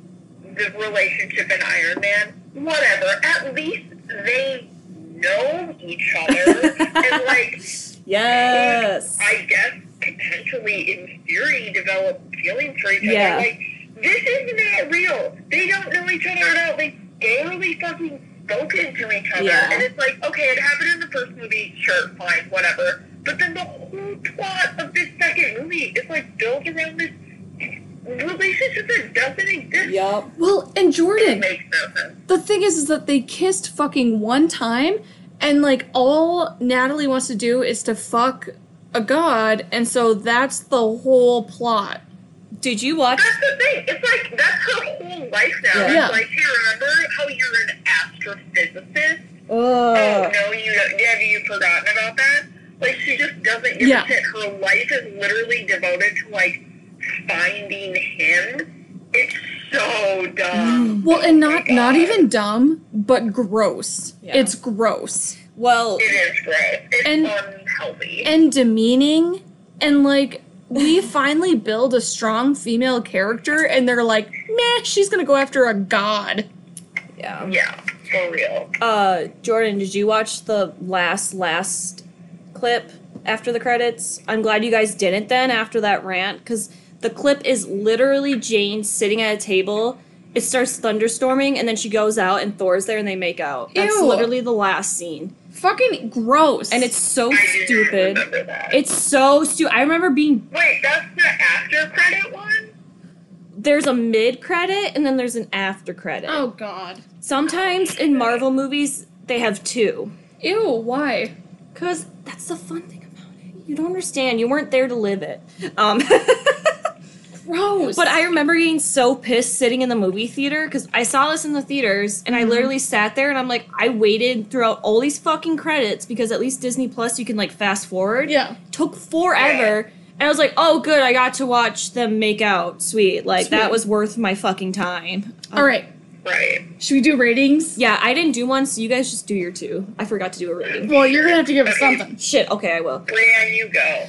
[SPEAKER 1] the relationship in Iron Man. Whatever. At least they know each other. and, like,
[SPEAKER 3] Yes.
[SPEAKER 1] I guess potentially in theory develop feelings for each other.
[SPEAKER 3] Yeah.
[SPEAKER 1] Like this is not real. They don't know each other at all. They barely fucking spoken to each other.
[SPEAKER 3] Yeah.
[SPEAKER 1] And it's like, okay, it happened in the first movie, sure, fine, whatever. But then the whole plot of this second movie is like built around this relationship that doesn't exist.
[SPEAKER 3] Yup.
[SPEAKER 2] Well, and
[SPEAKER 1] It
[SPEAKER 2] Jordan,
[SPEAKER 1] makes no sense.
[SPEAKER 2] the thing is is that they kissed fucking one time and like all Natalie wants to do is to fuck a god, and so that's the whole plot.
[SPEAKER 3] Did you watch?
[SPEAKER 1] That's the thing. It's like that's her whole life now.
[SPEAKER 3] Yeah.
[SPEAKER 1] It's
[SPEAKER 2] Yeah.
[SPEAKER 1] like, hey, remember how you're an astrophysicist? Oh
[SPEAKER 2] Uh,
[SPEAKER 3] Ugh.
[SPEAKER 1] no, you don't- have you forgotten about that? Like she just doesn't give
[SPEAKER 2] Yeah.
[SPEAKER 1] a shit. Her life is literally devoted to like finding him. It's so dumb. Oh
[SPEAKER 2] Mm. Well, and not not even dumb, but gross.
[SPEAKER 3] Yeah.
[SPEAKER 2] It's gross.
[SPEAKER 3] Well,
[SPEAKER 1] It is gross. It's
[SPEAKER 2] And-
[SPEAKER 1] unhealthy.
[SPEAKER 2] and demeaning and like we finally build a strong female character and they're like meh she's gonna go after a god
[SPEAKER 3] yeah.
[SPEAKER 1] yeah, for real.
[SPEAKER 2] Oh,
[SPEAKER 3] Uh, Jordan, did you watch the last last clip after the credits? I'm glad you guys didn't then after that rant because the clip is literally Jane sitting at a table. It starts thunderstorming and then she goes out and Thor's there and they make out. That's
[SPEAKER 2] Ew.
[SPEAKER 3] literally the last scene,
[SPEAKER 2] fucking gross
[SPEAKER 3] and it's so
[SPEAKER 1] I do not
[SPEAKER 3] stupid.
[SPEAKER 1] remember that.
[SPEAKER 3] It's so stupid. I remember being
[SPEAKER 1] Wait, that's the after credit one.
[SPEAKER 3] there's a mid credit and then there's an after credit.
[SPEAKER 2] oh god
[SPEAKER 3] Sometimes in Marvel movies they have two.
[SPEAKER 2] ew why
[SPEAKER 3] Cause that's the fun thing about it. You don't understand. You weren't there to live it. Um,
[SPEAKER 2] gross
[SPEAKER 3] but I remember getting so pissed sitting in the movie theater because I saw this in the theaters and
[SPEAKER 2] Mm-hmm.
[SPEAKER 3] I literally sat there and I'm like, I waited throughout all these fucking credits because at least Disney Plus you can like fast forward.
[SPEAKER 2] yeah
[SPEAKER 3] Took forever. And I was like, oh, good, I got to watch them make out. Sweet. Like,
[SPEAKER 2] Sweet.
[SPEAKER 3] that was worth my fucking time.
[SPEAKER 2] All right.
[SPEAKER 1] Right.
[SPEAKER 2] Should we do ratings?
[SPEAKER 3] Yeah, I didn't do one, so you guys just do your two. I forgot to do a rating.
[SPEAKER 2] Well, you're gonna have to give us something.
[SPEAKER 3] Shit, okay, I will.
[SPEAKER 1] Brianne, you go.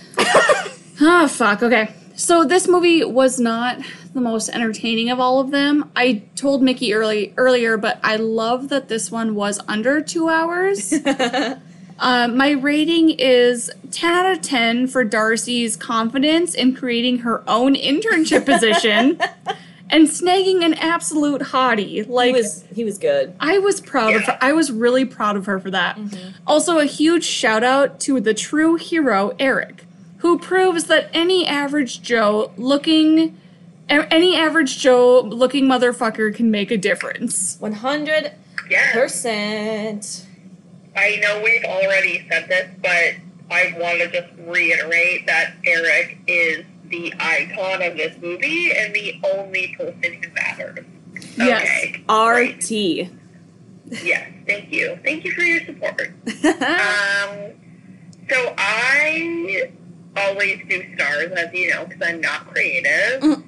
[SPEAKER 2] Ah, fuck. Okay. So this movie was not the most entertaining of all of them. I told Mickey early earlier, but I love that this one was under two hours. Uh, my rating is 10 out of 10 for Darcy's confidence in creating her own internship position and snagging an absolute hottie.
[SPEAKER 3] he
[SPEAKER 2] Like,
[SPEAKER 3] was he was good.
[SPEAKER 2] I was proud of her. I was really proud of her for that. Also, a huge shout out to the true hero, Eric, who proves that any average Joe looking. a- Any average Joe looking motherfucker can make a difference.
[SPEAKER 3] One hundred
[SPEAKER 1] Yeah.
[SPEAKER 3] percent.
[SPEAKER 1] I know we've already said this, but I want to just reiterate that Eric is the icon of this movie and the only person who matters.
[SPEAKER 2] Yes.
[SPEAKER 1] Okay.
[SPEAKER 3] R
[SPEAKER 1] Right.
[SPEAKER 3] T.
[SPEAKER 1] Yes. Thank you. Thank you for your support. Um, so I always do stars, as you know, because I'm not creative.
[SPEAKER 2] Mm.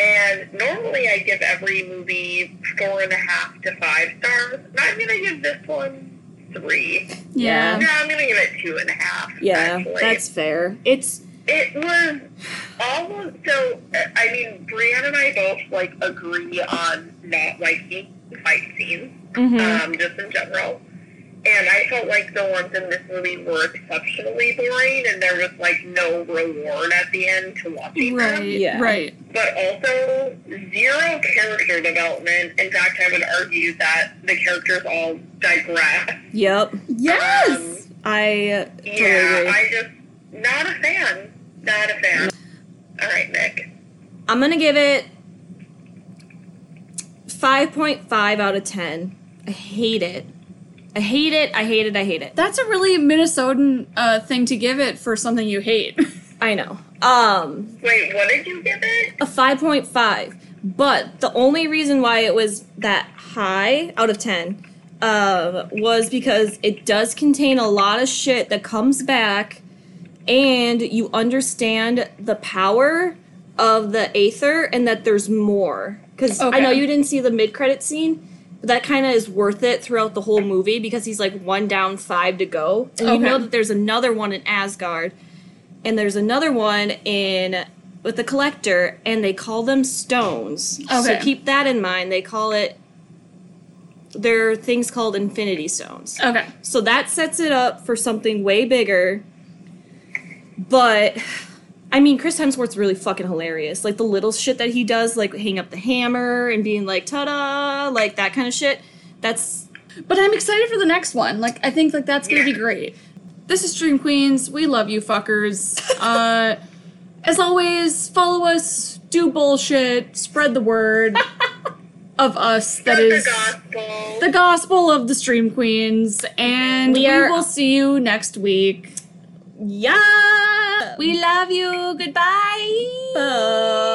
[SPEAKER 1] And normally I give every movie four and a half to five stars. And I'm going to give this one three.
[SPEAKER 2] Yeah.
[SPEAKER 1] No, I'm going to give it two and a half.
[SPEAKER 3] Yeah,
[SPEAKER 1] actually.
[SPEAKER 3] that's fair. It's
[SPEAKER 1] It was almost so. uh, I mean, Brianne and I both like agree on not liking fight scenes,
[SPEAKER 2] Hmm. Mm-hmm.
[SPEAKER 3] mhm.
[SPEAKER 1] um, just in general. And I felt like the ones in this movie were exceptionally boring, and there was like no reward at the end to watching
[SPEAKER 2] Right.
[SPEAKER 1] them.
[SPEAKER 3] Yeah.
[SPEAKER 2] Right.
[SPEAKER 1] But also zero character development. In fact, I would argue that the characters all digress.
[SPEAKER 3] yep.
[SPEAKER 1] Yes!
[SPEAKER 3] I totally
[SPEAKER 1] Yeah,
[SPEAKER 3] agree.
[SPEAKER 1] I just not a fan. Not a fan. All right, Nick.
[SPEAKER 3] I'm gonna give it 5.5 out of 10. I hate it. I hate it. I hate it. I hate it.
[SPEAKER 2] That's a really Minnesotan uh, thing to give it for something you hate.
[SPEAKER 3] I know. Um,
[SPEAKER 1] Wait, what did you give it?
[SPEAKER 3] a 5.5. But the only reason why it was that high out of 10 um, was because it does contain a lot of shit that comes back and you understand the power of the aether and that there's more because i
[SPEAKER 2] Okay.
[SPEAKER 3] know you didn't see the mid-credit scene but that kind of is worth it throughout the whole movie because he's like one down five to go and you
[SPEAKER 2] Okay.
[SPEAKER 3] know that there's another one in asgard and there's another one in with the collector and they call them stones so
[SPEAKER 2] Okay.
[SPEAKER 3] keep that in mind they call it they're things called infinity stones
[SPEAKER 2] okay.
[SPEAKER 3] so that sets it up for something way bigger. But I mean, Chris Hemsworth's really fucking hilarious. Like the little shit that he does, like hang up the hammer and being like "ta-da," like that kind of shit. That's
[SPEAKER 2] But I'm excited for the next one. Like, I think like that's gonna be great. This is Dream Queens. We love you fuckers. Uh, as always, follow us, do bullshit, spread the word of us. That
[SPEAKER 1] That's
[SPEAKER 2] is
[SPEAKER 1] the gospel.
[SPEAKER 2] the gospel of the Stream Queens. And
[SPEAKER 3] We
[SPEAKER 2] we,
[SPEAKER 3] are-
[SPEAKER 2] will see you next week.
[SPEAKER 3] yeah.
[SPEAKER 2] We love you. Goodbye.
[SPEAKER 3] Bye.